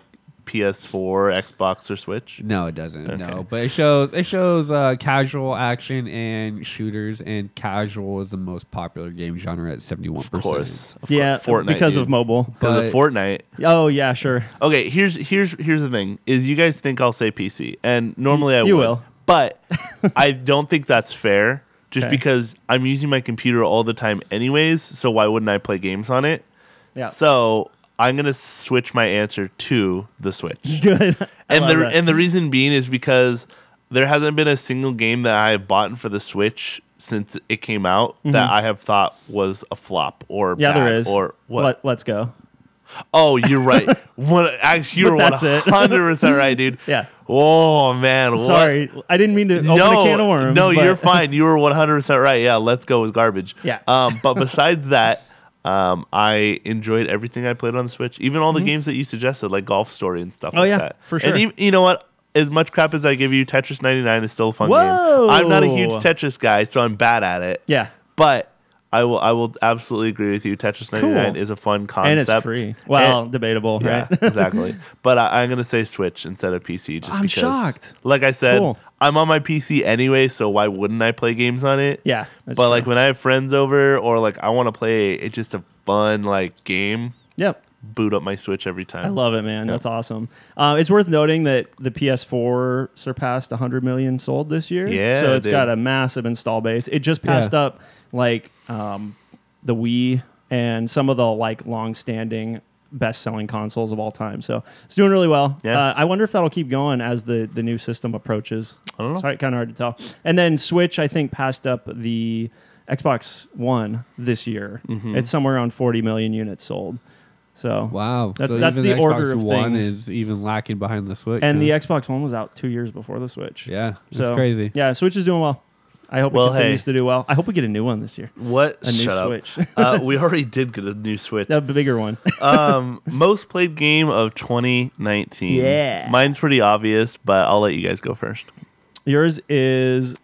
B: PS4, Xbox, or Switch?
E: No, it doesn't. No,
B: Okay.
E: but it shows it shows uh, casual action and shooters, and casual is the most popular game genre at seventy one
B: Of
E: percent.
B: course. Of
D: yeah,
B: course. Fortnite,
D: because of
B: dude.
D: mobile.
B: Because of
E: But-
B: Fortnite.
D: [laughs] Oh yeah, sure.
B: Okay, here's here's here's the thing: is you guys think I'll say PC, and normally I
D: you
B: would,
D: will. [laughs]
B: but I don't think that's fair. Just
D: Okay.
B: because I'm using my computer all the time, anyways, so why wouldn't I play games on it?
D: Yeah.
B: So I'm gonna switch my answer to the Switch,
D: [laughs] Good. I
B: and
D: love
B: the
D: that.
B: and the reason being is because there hasn't been a single game that I have bought for the Switch since it came out that I have thought was a flop or
D: Mm-hmm. yeah,
B: bad
D: there is.
B: or what
D: Let, let's go.
B: Oh, you're
D: [laughs]
B: right. What? Actually, you're
D: But that's
B: one
D: it.
B: hundred percent right, dude.
D: [laughs] Yeah.
B: Oh man. what-
D: Sorry, I didn't mean to open
B: No.
D: a can of worms.
B: no,
D: but- [laughs]
B: you're fine. You were one hundred percent right. Yeah. Let's go with garbage.
D: Yeah.
B: Um.
D: [laughs]
B: But besides that. Um, I enjoyed everything I played on the Switch, even all the games that you suggested, like Golf Story and stuff.
D: Mm-hmm. Oh,
B: like
D: yeah,
B: that.
D: for sure.
B: And even, you know what? As much crap as I give you, Tetris 99 is still a fun
D: Whoa.
B: game. I'm not a huge Tetris guy, so I'm bad at it.
D: Yeah.
B: but I will. I will absolutely agree with you. Tetris 99
D: Cool.
B: is a fun concept,
D: And it's free. Well,
B: And-
D: debatable,
B: yeah,
D: right? [laughs]
B: exactly. But I, I'm gonna say Switch instead of PC just
D: I'm
B: because.
D: shocked.
B: Like I said,
D: Cool.
B: I'm on my PC anyway, so why wouldn't I play games on it?
D: Yeah, that's
B: but
D: true.
B: like when I have friends over or like I want to play it's just a fun like game,
D: Yep.
B: boot up my Switch every time.
D: I love it, man. That's awesome. Uh, it's worth noting that the PS4 surpassed 100 million sold this year.
B: Yeah,
D: so it's
B: dude.
D: got a massive install base. It just passed
E: Yeah.
D: up like um, the Wii and some of the like long-standing best-selling consoles of all time. So it's doing really well.
B: Yeah.
D: Uh, I wonder if that'll keep going as the the new system approaches.
B: I don't know.
D: It's hard, kind of hard to tell. And then Switch, I think, passed up the Xbox One this year.
B: Mm-hmm.
D: It's somewhere around 40 million units sold. So
E: Wow.
D: That-
E: so
D: that's
E: even
D: the order
E: Xbox
D: of
E: One
D: things.
E: is even lacking behind the Switch.
D: And the
E: huh?
D: Xbox One was out two years before the Switch.
E: yeah,
D: so
E: that's crazy.
D: Yeah, Switch is doing well. I hope
B: Well,
D: it continues
B: hey.
D: to do well. I hope we get a new one this year,
B: What
D: a new
B: Shut up.
D: Switch, [laughs]
B: uh, we already did get a new Switch.
D: the bigger one. [laughs]
B: um, most played game of 2019.
D: Yeah.
B: Mine's pretty obvious, but I'll let you guys go first.
D: Yours is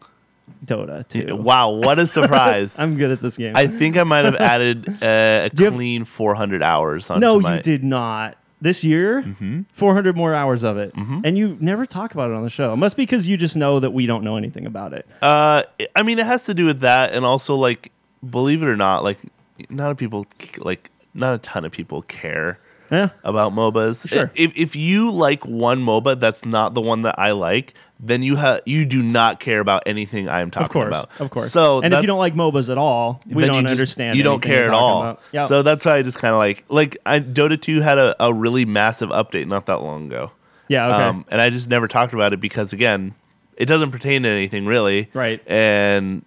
D: Dota too.
B: Wow, what a surprise.
D: I'm good at this game.
B: I think I might have added uh, a
D: Do you have-
B: clean 400 hours onto
D: no,
B: my
D: you did not. This year,
B: Mm-hmm.
D: 400 more hours of it, and you never talk about it on the show. It must be because you just know that we don't know anything about it.
B: Uh, I mean, it has to do with that, and also like, believe it or not, like, not a people like not a ton of people care
D: Yeah,
B: about MOBAs.
D: Sure.
B: If if you like one MOBA that's not the one that I like, then you have you do not care about anything I am talking
D: of course,
B: about.
D: of course.
B: So
D: and if you don't
B: that's-
D: like MOBAs at all, we
B: then
D: don't
B: you just-
D: understand.
B: You don't
D: anything you're
B: care at
D: talking
B: all.
D: about. Yeah.
B: So that's why I just kind of like like I, Dota 2 had a, a really massive update not that long ago.
D: yeah, okay.
B: Um, and I just never talked about it because again, it doesn't pertain to anything really.
D: Right.
B: And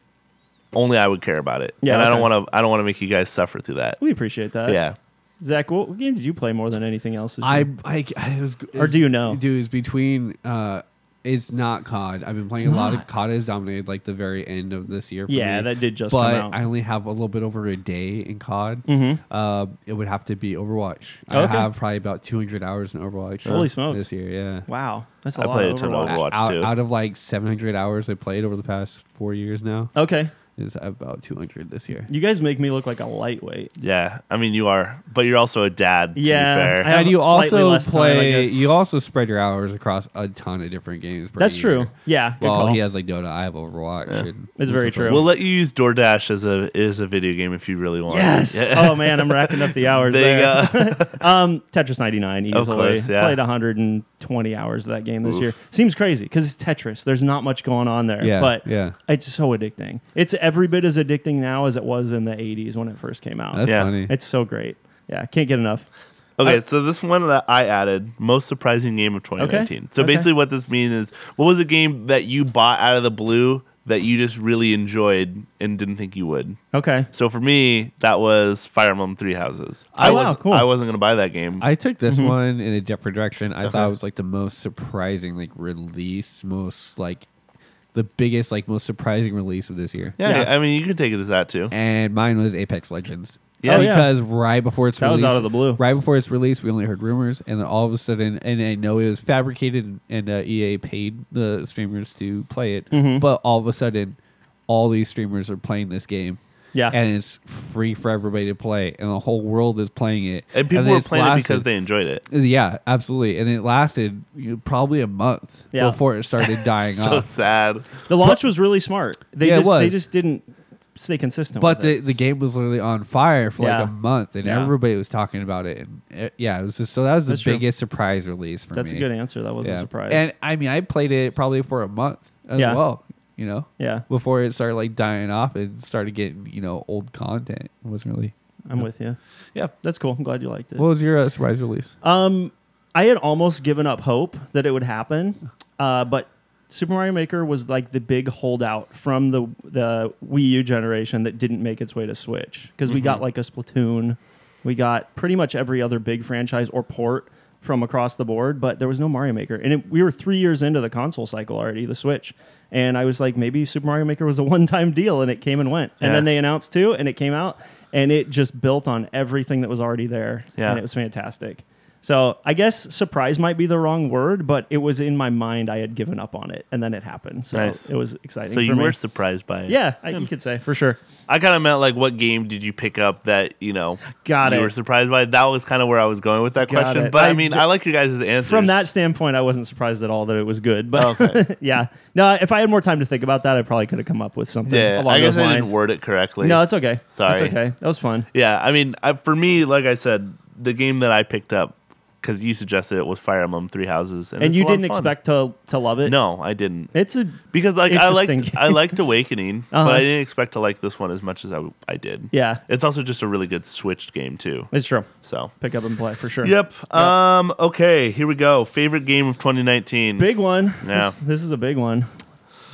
B: only I would care about it.
D: Yeah,
B: And I don't
D: okay.
B: want to. I don't want to make you guys suffer through that.
D: we appreciate that.
B: yeah.
D: Zach, what, what game did you play more than anything else? this
E: I,
D: year?
E: I, I was, it
D: Or do you know?
E: Dude, it's between. Uh, it's not COD. I've been playing
D: It's
E: a lot of
D: not.
E: COD. Has dominated like the very end of this year. For
D: Yeah,
E: me.
D: that did just
E: But
D: come out.
E: I only have a little bit over a day in COD.
D: Mhm.
E: Uh, it would have to be Overwatch. I
D: Okay.
E: have probably about 200 hours in Overwatch.
D: Holy
E: this
D: smokes.
E: This year, yeah.
D: wow, that's a
B: I
D: lot.
B: played
D: of
B: a ton of
D: Overwatch.
B: Overwatch.
E: out,
B: too.
E: out of like 700 hours I played over the past four years now,
D: Okay,
E: is about 200 this year.
D: you guys make me look like a lightweight.
B: Yeah. I mean, you are, but you're also a dad. To
D: Yeah.
B: Be
D: I
B: fair.
D: have
E: and you
D: slightly
E: also
D: less time, I
E: play.
D: guess.
E: you also spread your hours across a ton of different games. per
D: That's
E: year.
D: true. Yeah, good
E: Well,
D: call.
E: he has like Dota. I have Overwatch. and-
D: It's very true.
B: We'll let you use DoorDash as a is a video game if you really want.
D: yes.
B: Yeah.
D: Oh man, I'm
B: [laughs]
D: racking up the hours.
B: there you
D: there.
B: go.
D: Um, [laughs] Tetris 99 easily.
B: Of course, yeah.
D: Played 120 hours of that game this
B: Oof.
D: year. Seems crazy because it's Tetris. There's not much going on there.
E: Yeah,
D: But
E: yeah.
D: it's so addicting. It's every bit as addicting now as it was in the 80s when it first came out.
E: That's
B: Yeah.
E: funny.
D: it's so great. Yeah, can't get enough.
B: Okay,
D: I-
B: so this one that I added, most surprising game of 2019. So
D: okay.
B: basically, what this means is, what was a game that you bought out of the blue that you just really enjoyed and didn't think you would?
D: Okay.
B: So for me, that was Fire Emblem Three Houses. I
D: Oh,
B: was
D: wow, cool.
B: I wasn't gonna buy that game.
E: I took this
D: Mm-hmm.
E: one in a different direction. I thought it was like the most surprising like release, most like the biggest like most surprising release of this year.
B: yeah,
D: yeah.
B: I mean you can take it as that too.
E: And mine was Apex Legends.
B: Yeah. Oh,
D: yeah.
E: because right before its
D: That was
E: release,
D: out of the blue.
E: Right before its release, we only heard rumors, and then all of a sudden, and I know it was fabricated, and uh, EA paid the streamers to play it,
B: Mm-hmm.
E: but all of a sudden, all these streamers are playing this game.
D: Yeah.
E: and it's free for everybody to play, and the whole world is playing it.
B: And people
E: then
B: were
E: it's
B: playing it because
E: lasted-
B: they enjoyed it. [laughs]
E: yeah, absolutely. And it lasted you know, probably a month
D: Yeah.
E: before
B: [laughs]
E: it started dying
D: Ah.
B: So
E: off.
B: sad.
D: The launch was really smart. They
E: Yeah, it
D: just they
E: was.
D: just didn't stay consistent.
E: But
D: with
E: the, the game was literally on fire for
D: Yeah.
E: like a month, and
D: Yeah.
E: everybody was talking about it. And uh, yeah, it was just, so that was the
D: That's true.
E: biggest surprise release for
D: it. that's
E: me.
D: a good answer. That was
E: yeah.
D: a surprise.
E: And I mean, I played it probably for a month as
D: Yeah.
E: well. You know,
D: yeah,
E: before it started like dying off and started getting you know old content. It wasn't really.
D: I'm with you.
E: Yeah.
D: That's cool. I'm glad you liked it.
E: What was your uh, surprise release?
D: um, I had almost given up hope that it would happen, uh, but Super Mario Maker was like the big holdout from the the Wii U generation that didn't make its way to Switch because we got like a Splatoon, we got pretty much every other big franchise or port from across the board, but there was no Mario Maker, and it, we were three years into the console cycle already, the Switch, and I was like, maybe Super Mario Maker was a [laughs] one time deal, and it came and went, and
B: Yeah.
D: then they announced two, and it came out, and it just built on everything that was already there,
B: Yeah.
D: and it was fantastic. So I guess surprise might be the wrong word, but it was in my mind. I had given up on it, and then it happened. So
B: Nice.
D: it was exciting.
B: So
D: for
B: you
D: me.
B: were surprised by it.
D: yeah, I, you could say for sure.
B: I kind of meant like, what game did you pick up that you know
D: Got
B: you
D: it.
B: were surprised by? That was kind of where I was going with that
D: Got
B: question.
D: it.
B: But I,
D: I
B: mean,
D: d-
B: I like your guys' answers
D: From that standpoint, I wasn't surprised at all that it was good. But
B: Oh, Okay.
D: [laughs] yeah, no, if I had more time to think about that, I probably could have come up with something.
B: Yeah,
D: along
B: I guess
D: those
B: I
D: lines.
B: didn't word it correctly.
D: No, it's okay.
B: Sorry.
D: it's okay. That was fun.
B: Yeah, I mean, I, for me, like I said, the game that I picked up because you suggested it was Fire Emblem Three Houses, and,
D: And
B: it's
D: you
B: a lot of
D: didn't
B: fun.
D: expect to to love it.
B: No, I didn't.
D: it's a
B: because like I
D: Interesting
B: liked
D: game.
B: I liked Awakening,
D: [laughs] Uh-huh.
B: but I didn't expect to like this one as much as I, I did.
D: yeah.
B: it's also just a really good Switch game too.
D: It's true.
B: So
D: Pick up and play for sure.
B: yep. Um. Okay, here we go. Favorite game of 2019.
D: Big one.
B: Yeah.
D: This, this is a big one.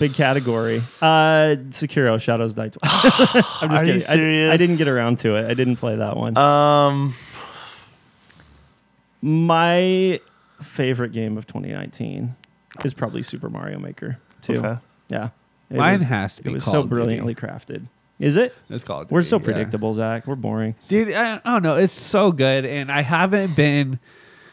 D: Big category. Uh Sekiro Shadows
B: [laughs]
D: Die Twice. I'm just
B: Are you
D: kidding. I- I,
B: serious?
D: didn't get around to it. I didn't play that one.
B: Um.
D: My favorite game of 2019 is probably Super Mario Maker too.
B: Okay.
D: Yeah. It
E: Mine
D: was-
E: has to be
D: It was
E: Call
D: so
E: of Duty.
D: brilliantly crafted. Is it?
E: It's called.
D: We're so predictable, Zach. We're boring.
E: dude. I, I don't know. It's so good, and I haven't been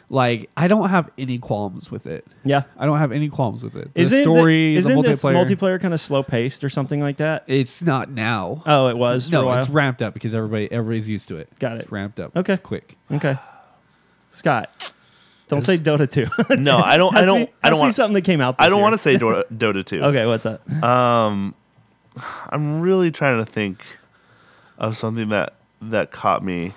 E: like I don't have any qualms with it.
D: Yeah.
E: I don't have any qualms with it. The
D: Isn't the-
E: story,
D: isn't
E: the
D: this
E: multiplayer.
D: multiplayer kind of slow paced or something like that?
E: it's not now.
D: Oh, it was. for a
E: no,
D: while?
E: it's ramped up because everybody everybody's used to it.
D: Got
E: It's
D: it.
E: ramped up.
D: Okay.
E: It's quick.
D: Okay. Scott, don't say Dota 2. [laughs]
B: No, I don't. [laughs] I
D: Has to
B: don't.
D: be-
B: I don't
D: has to be
B: want.
D: something that came out.
B: I don't want to
D: [laughs]
B: say Dora, Dota 2.
D: Okay, what's up?
B: Um, I'm really trying to think of something that that caught me.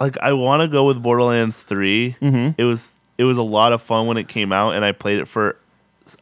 B: Like I want to go with Borderlands 3.
D: Mm-hmm.
B: It was it was a lot of fun when it came out, and I played it for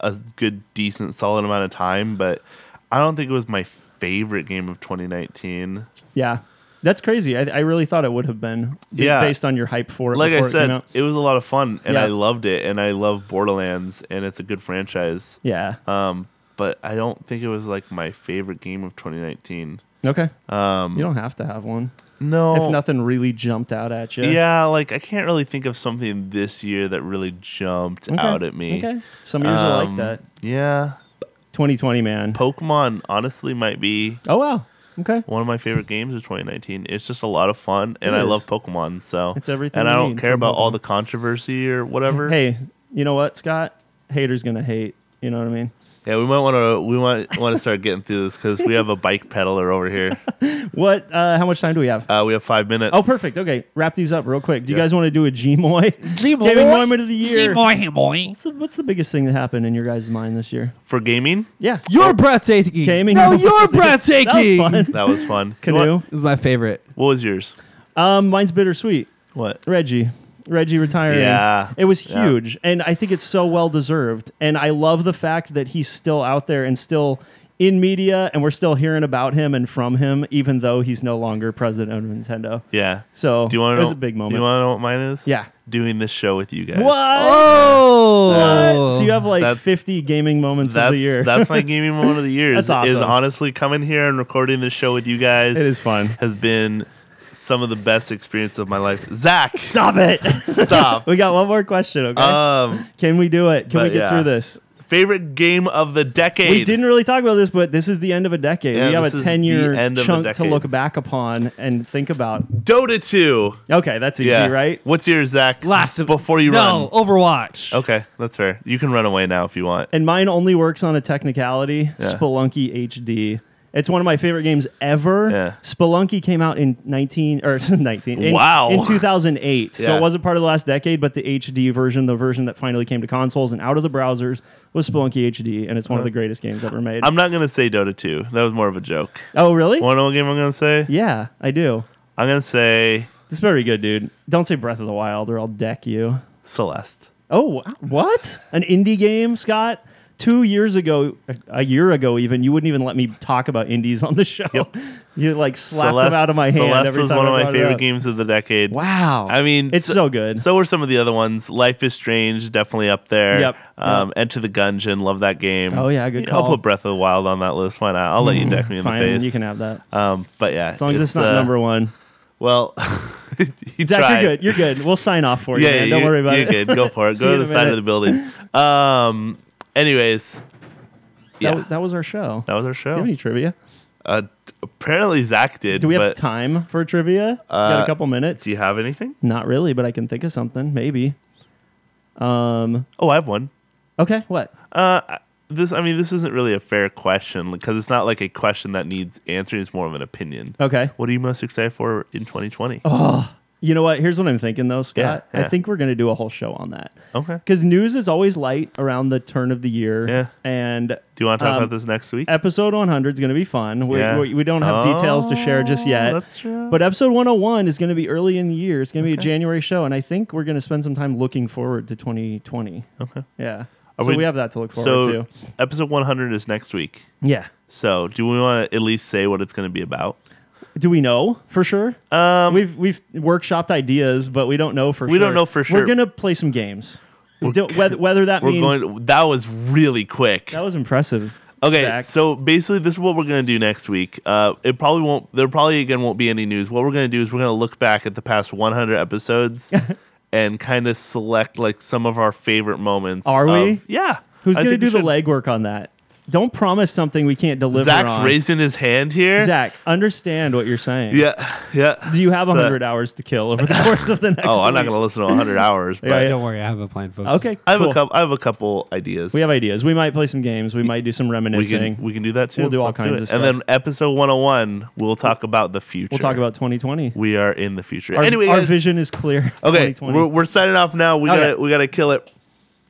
B: a good, decent, solid amount of time. But I don't think it was my favorite game of 2019.
D: Yeah, that's crazy. I, I really thought it would have been. b-
B: Yeah.
D: Based on your hype for it.
B: Like I
D: before it came
B: said,
D: out.
B: it was a lot of fun, and
D: Yeah.
B: I loved it, and I love Borderlands, and it's a good franchise.
D: Yeah.
B: Um, but I don't think it was like my favorite game of 2019.
D: Okay.
B: Um,
D: You don't have to have one
B: no,
D: if nothing really jumped out at you.
B: Yeah, like I can't really think of something this year that really jumped
D: Okay.
B: out at me.
D: Okay. Some years are
B: Um,
D: like that.
B: Yeah.
D: 2020, man.
B: Pokemon honestly might be
D: oh wow. Okay.
B: one of my favorite games of 2019. It's just a lot of fun and
D: It
B: I
D: is.
B: love Pokemon, so
D: It's everything
B: And I
D: you
B: don't
D: need
B: care
D: from
B: about all
D: Pokemon.
B: the controversy or whatever.
D: Hey, you know what, Scott? Haters gonna hate. You know what I mean?
B: Yeah, we might want to we
D: [laughs]
B: might want to start getting through this cuz we have a bike pedaler over here.
D: What? Uh, how much time do we have?
B: Uh, we have 5 minutes.
D: Oh, perfect. Okay, wrap these up real quick. Do you
B: Yeah.
D: guys want to do a Gmoy?
E: Gmoy?
D: Gaming moment of the year.
E: Your
D: What's the, what's the biggest thing that happened in your guys' mind this year?
B: For gaming?
D: Yeah.
E: breathtaking.
D: Gaming.
E: No, you're
D: [laughs] that
E: breathtaking.
D: was
B: [laughs]
D: fun.
B: That was fun. You know
D: [laughs] Canoe.
B: What,
E: This is
D: [laughs]
E: my favorite.
B: what was yours?
D: Um, mine's bittersweet.
B: What?
D: Reggie. Reggie retiring.
B: Yeah.
D: It was
B: Yeah.
D: huge. And I think it's so well deserved. And I love the fact that he's still out there and still in media and we're still hearing about him and from him, even though he's no longer president of Nintendo.
B: Yeah.
D: So
B: Do you want to
D: it
B: know?
D: was a big moment.
B: You want to know what mine is?
D: Yeah.
B: Doing this show with you guys.
D: what?
E: Oh,
B: Oh.
D: What? So you have like
B: That's-
D: 50 gaming moments
B: That's
D: of the year.
B: that's my gaming moment of the
D: [laughs]
B: year.
D: That's
B: is- Is
D: awesome.
B: honestly coming here and recording this show with you guys.
D: [laughs] it
B: [laughs]
D: is fun.
B: Has been some of the best experience of my life. Zach,
D: [laughs] Stop it.
B: stop.
D: we got one more question, okay?
B: um,
D: Can we do it? Can we
B: but
D: get
B: yeah.
D: through this?
B: favorite game of the decade.
D: We didn't really talk about this, but this is the end of a decade.
B: Yeah,
D: we have
B: this
D: a
B: is
D: 10 year
B: the end of a
D: chunk to
B: decade.
D: look back upon and think about.
B: Dota two.
D: Okay, that's easy,
B: Yeah.
D: right?
B: What's yours, Zach?
E: Last of
B: before you
E: no,
B: run. Oh,
E: Overwatch.
B: Okay, that's fair. You can run away now if you want.
D: And mine only works on a technicality
B: Yeah.
D: Spelunky HD. It's one of my favorite games ever.
B: Yeah.
D: Spelunky came out in 19 or [laughs] 19 in,
B: Wow.
D: in 2008. So
B: Yeah.
D: it wasn't part of the last decade, but the HD version, the version that finally came to consoles and out of the browsers was Spelunky HD and it's one of the greatest games ever made.
B: Uh-huh. I'm not gonna say Dota two. That was more of a joke.
D: oh, really?
B: One know what game I'm gonna say?
D: Yeah, I do.
B: I'm gonna say
D: This better be good, dude. Don't say Breath of the Wild or I'll deck you.
B: Celeste.
D: Oh, wh- what? An indie game, Scott? Two years ago, a- a year ago even, you wouldn't even let me talk about indies on the show. [laughs] You like slapped them out of my hand
B: Celeste
D: every
B: was
D: time
B: one
D: I
B: of my
D: brought it
B: favorite
D: up.
B: games of the decade.
D: Wow.
B: I mean,
D: it's so, good.
B: So were some of the other ones. Life is Strange, definitely up there.
D: Yep.
B: Um, Enter the Gungeon, love that game.
D: Oh, yeah, good
B: You know, I'll
D: call. Mm,
B: put Breath of the Wild on that list. Why not? I'll let you deck me in
D: Fine,
B: the face.
D: you can have that.
B: Um, but yeah,
D: As long as it's, not number one.
B: Well, [laughs] he
D: Zach,
B: tried.
D: you're good. You're good. We'll sign off for you,
B: Yeah,
D: man.
B: yeah,
D: Don't
B: you're-
D: worry about
B: you're
D: it.
B: good. Go
D: [laughs]
B: for it.
D: See
B: Go
D: you
B: to
D: in
B: the
D: a
B: side
D: minute.
B: of the
D: [laughs]
B: building. Um. Anyways,
D: That,
B: yeah,
D: w- that was our show.
B: that was our
D: Do you
B: show.
D: have any trivia?
B: Uh, t- apparently Zach did.
D: Do we have
B: but
D: time for trivia? Got a
B: Uh,
D: couple minutes?
B: Do you have anything?
D: Not really, but I can think of something. Maybe. Um.
B: Oh, I have one.
D: Okay. What?
B: Uh, this I mean, this isn't really a fair question because it's not like a question that needs answering. It's more of an opinion.
D: Okay.
B: What are you most excited for in 2020?
D: Oh. You know what? Here's what I'm thinking though, Scott.
B: Yeah, yeah.
D: I think we're gonna do a whole show on that.
B: Okay.
D: Because news is always light around the turn of the year.
B: Yeah.
D: And
B: Do you want to talk
D: um,
B: about this next week?
D: episode 100 is going to be fun. We,
B: Yeah. Oh,
D: we, we don't have details to share just yet.
B: that's true.
D: But episode 101 is going to be early in the year. It's going to be a January show. And I think we're going to spend some time looking forward to 2020. Okay. Yeah.
B: Are
D: so
B: we-
D: we, have that to look forward
B: so
D: to.
B: episode 100 is next week.
D: Yeah.
B: So do we want to at least say what it's going to be about?
D: Do we know for sure?
B: Um,
D: we've we've workshopped ideas, but we don't know for
B: We
D: sure.
B: don't know for sure.
D: We're going to play some games. Don't- whether, whether that
B: We're
D: means
B: going. that was really quick.
D: that was impressive.
B: Okay,
D: Zach.
B: so basically, this is what we're gonna do next week. Uh, it probably won't. There probably again won't be any news. What we're gonna do is we're gonna look back at the past 100
D: [laughs]
B: episodes and kind of select like some of our favorite moments.
D: Are
B: of-
D: we?
B: yeah.
D: Who's
B: I
D: going to
B: think we
D: do the
B: should.
D: legwork on that? Don't promise something we can't deliver
B: Zach's
D: on.
B: raising his hand here.
D: Zach, understand what you're saying.
B: Yeah, yeah.
D: Do you have
B: So-
D: 100 hours to kill over the
B: [laughs]
D: course of the next
B: Oh, I'm not
D: week?
B: gonna listen to 100 hours, but
D: [laughs] yeah.
E: Don't worry, I have a plan, folks.
D: Okay.
B: I have
D: cool.
B: a couple. I have a couple ideas.
D: We have ideas. We might play some games. We might do some
B: We
D: reminiscing.
B: can we can do that too.
D: We'll do all
B: Let's
D: kinds
B: it.
D: of
B: And
D: stuff.
B: then episode 101, we'll talk about the future.
D: we'll talk about 2020.
B: we are in the future.
D: Our,
B: anyway,
D: our
B: guys,
D: vision is clear.
B: [laughs] Okay,
D: 2020.
B: we're, we're signing off now. We
D: Okay.
B: gotta we gotta kill it.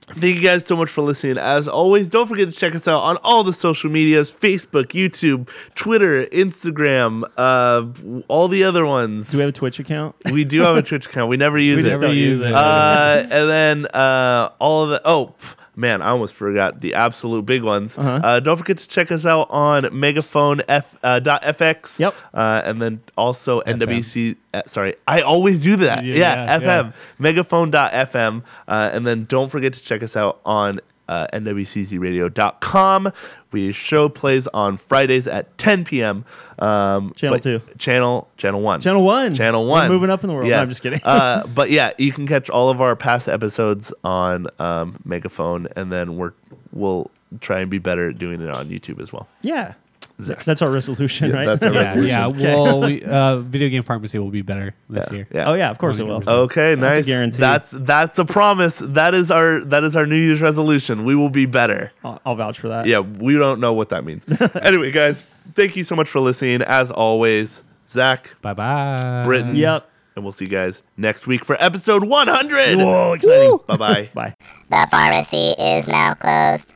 B: Thank you guys so much for listening. As always, don't forget to check us out on all the social medias: Facebook, YouTube, Twitter, Instagram, uh, all the other ones.
D: do we have a Twitch account?
B: [laughs] we do have a Twitch account. We never use
D: [laughs] We
B: it.
D: just don't use it.
B: Uh, and then uh, all of the oh pff, man, I almost forgot the absolute big ones. uh don't forget to check us out on Megaphone F, uh, dot FX.
D: Yep.
B: Uh, and then also NWC. Uh, sorry, I always do that.
E: You do
B: yeah,
E: that, yeah.
B: FM Megaphone dot FM. Uh, and then don't forget to check us out on. Uh, NWCZRadio.com. We show plays on Fridays at 10 p.m. Um,
D: Channel
B: but-
D: two.
B: Channel Channel One.
D: Channel one.
B: Channel
D: We're
B: One.
D: moving up in the world. No, I'm just kidding. [laughs]
B: uh, but yeah, you can catch all of our past episodes on um, Megaphone, and then we're we'll try and be better at doing it on YouTube as well.
D: [laughs] Yeah.
B: Zach.
D: That's our resolution, right?
B: that's our
D: [laughs]
E: Yeah, yeah.
D: Okay.
E: Well, we, uh, video game pharmacy will be better this year.
B: Yeah.
D: Oh, yeah, of course it will.
E: 100%.
B: Okay, nice.
D: guarantee.
B: That's that's a promise. That is our that is our New Year's resolution. We will be better.
D: I'll, I'll vouch for that.
B: Oh. Yeah, we don't know what that
D: [laughs]
B: means. anyway, guys, thank you so much for listening. As always, Zach,
E: Bye bye.
B: Britain,
D: Yep.
B: and we'll see you guys next week for episode 100.
D: Whoa, exciting.
B: Bye bye.
D: Bye.
F: The pharmacy is now closed.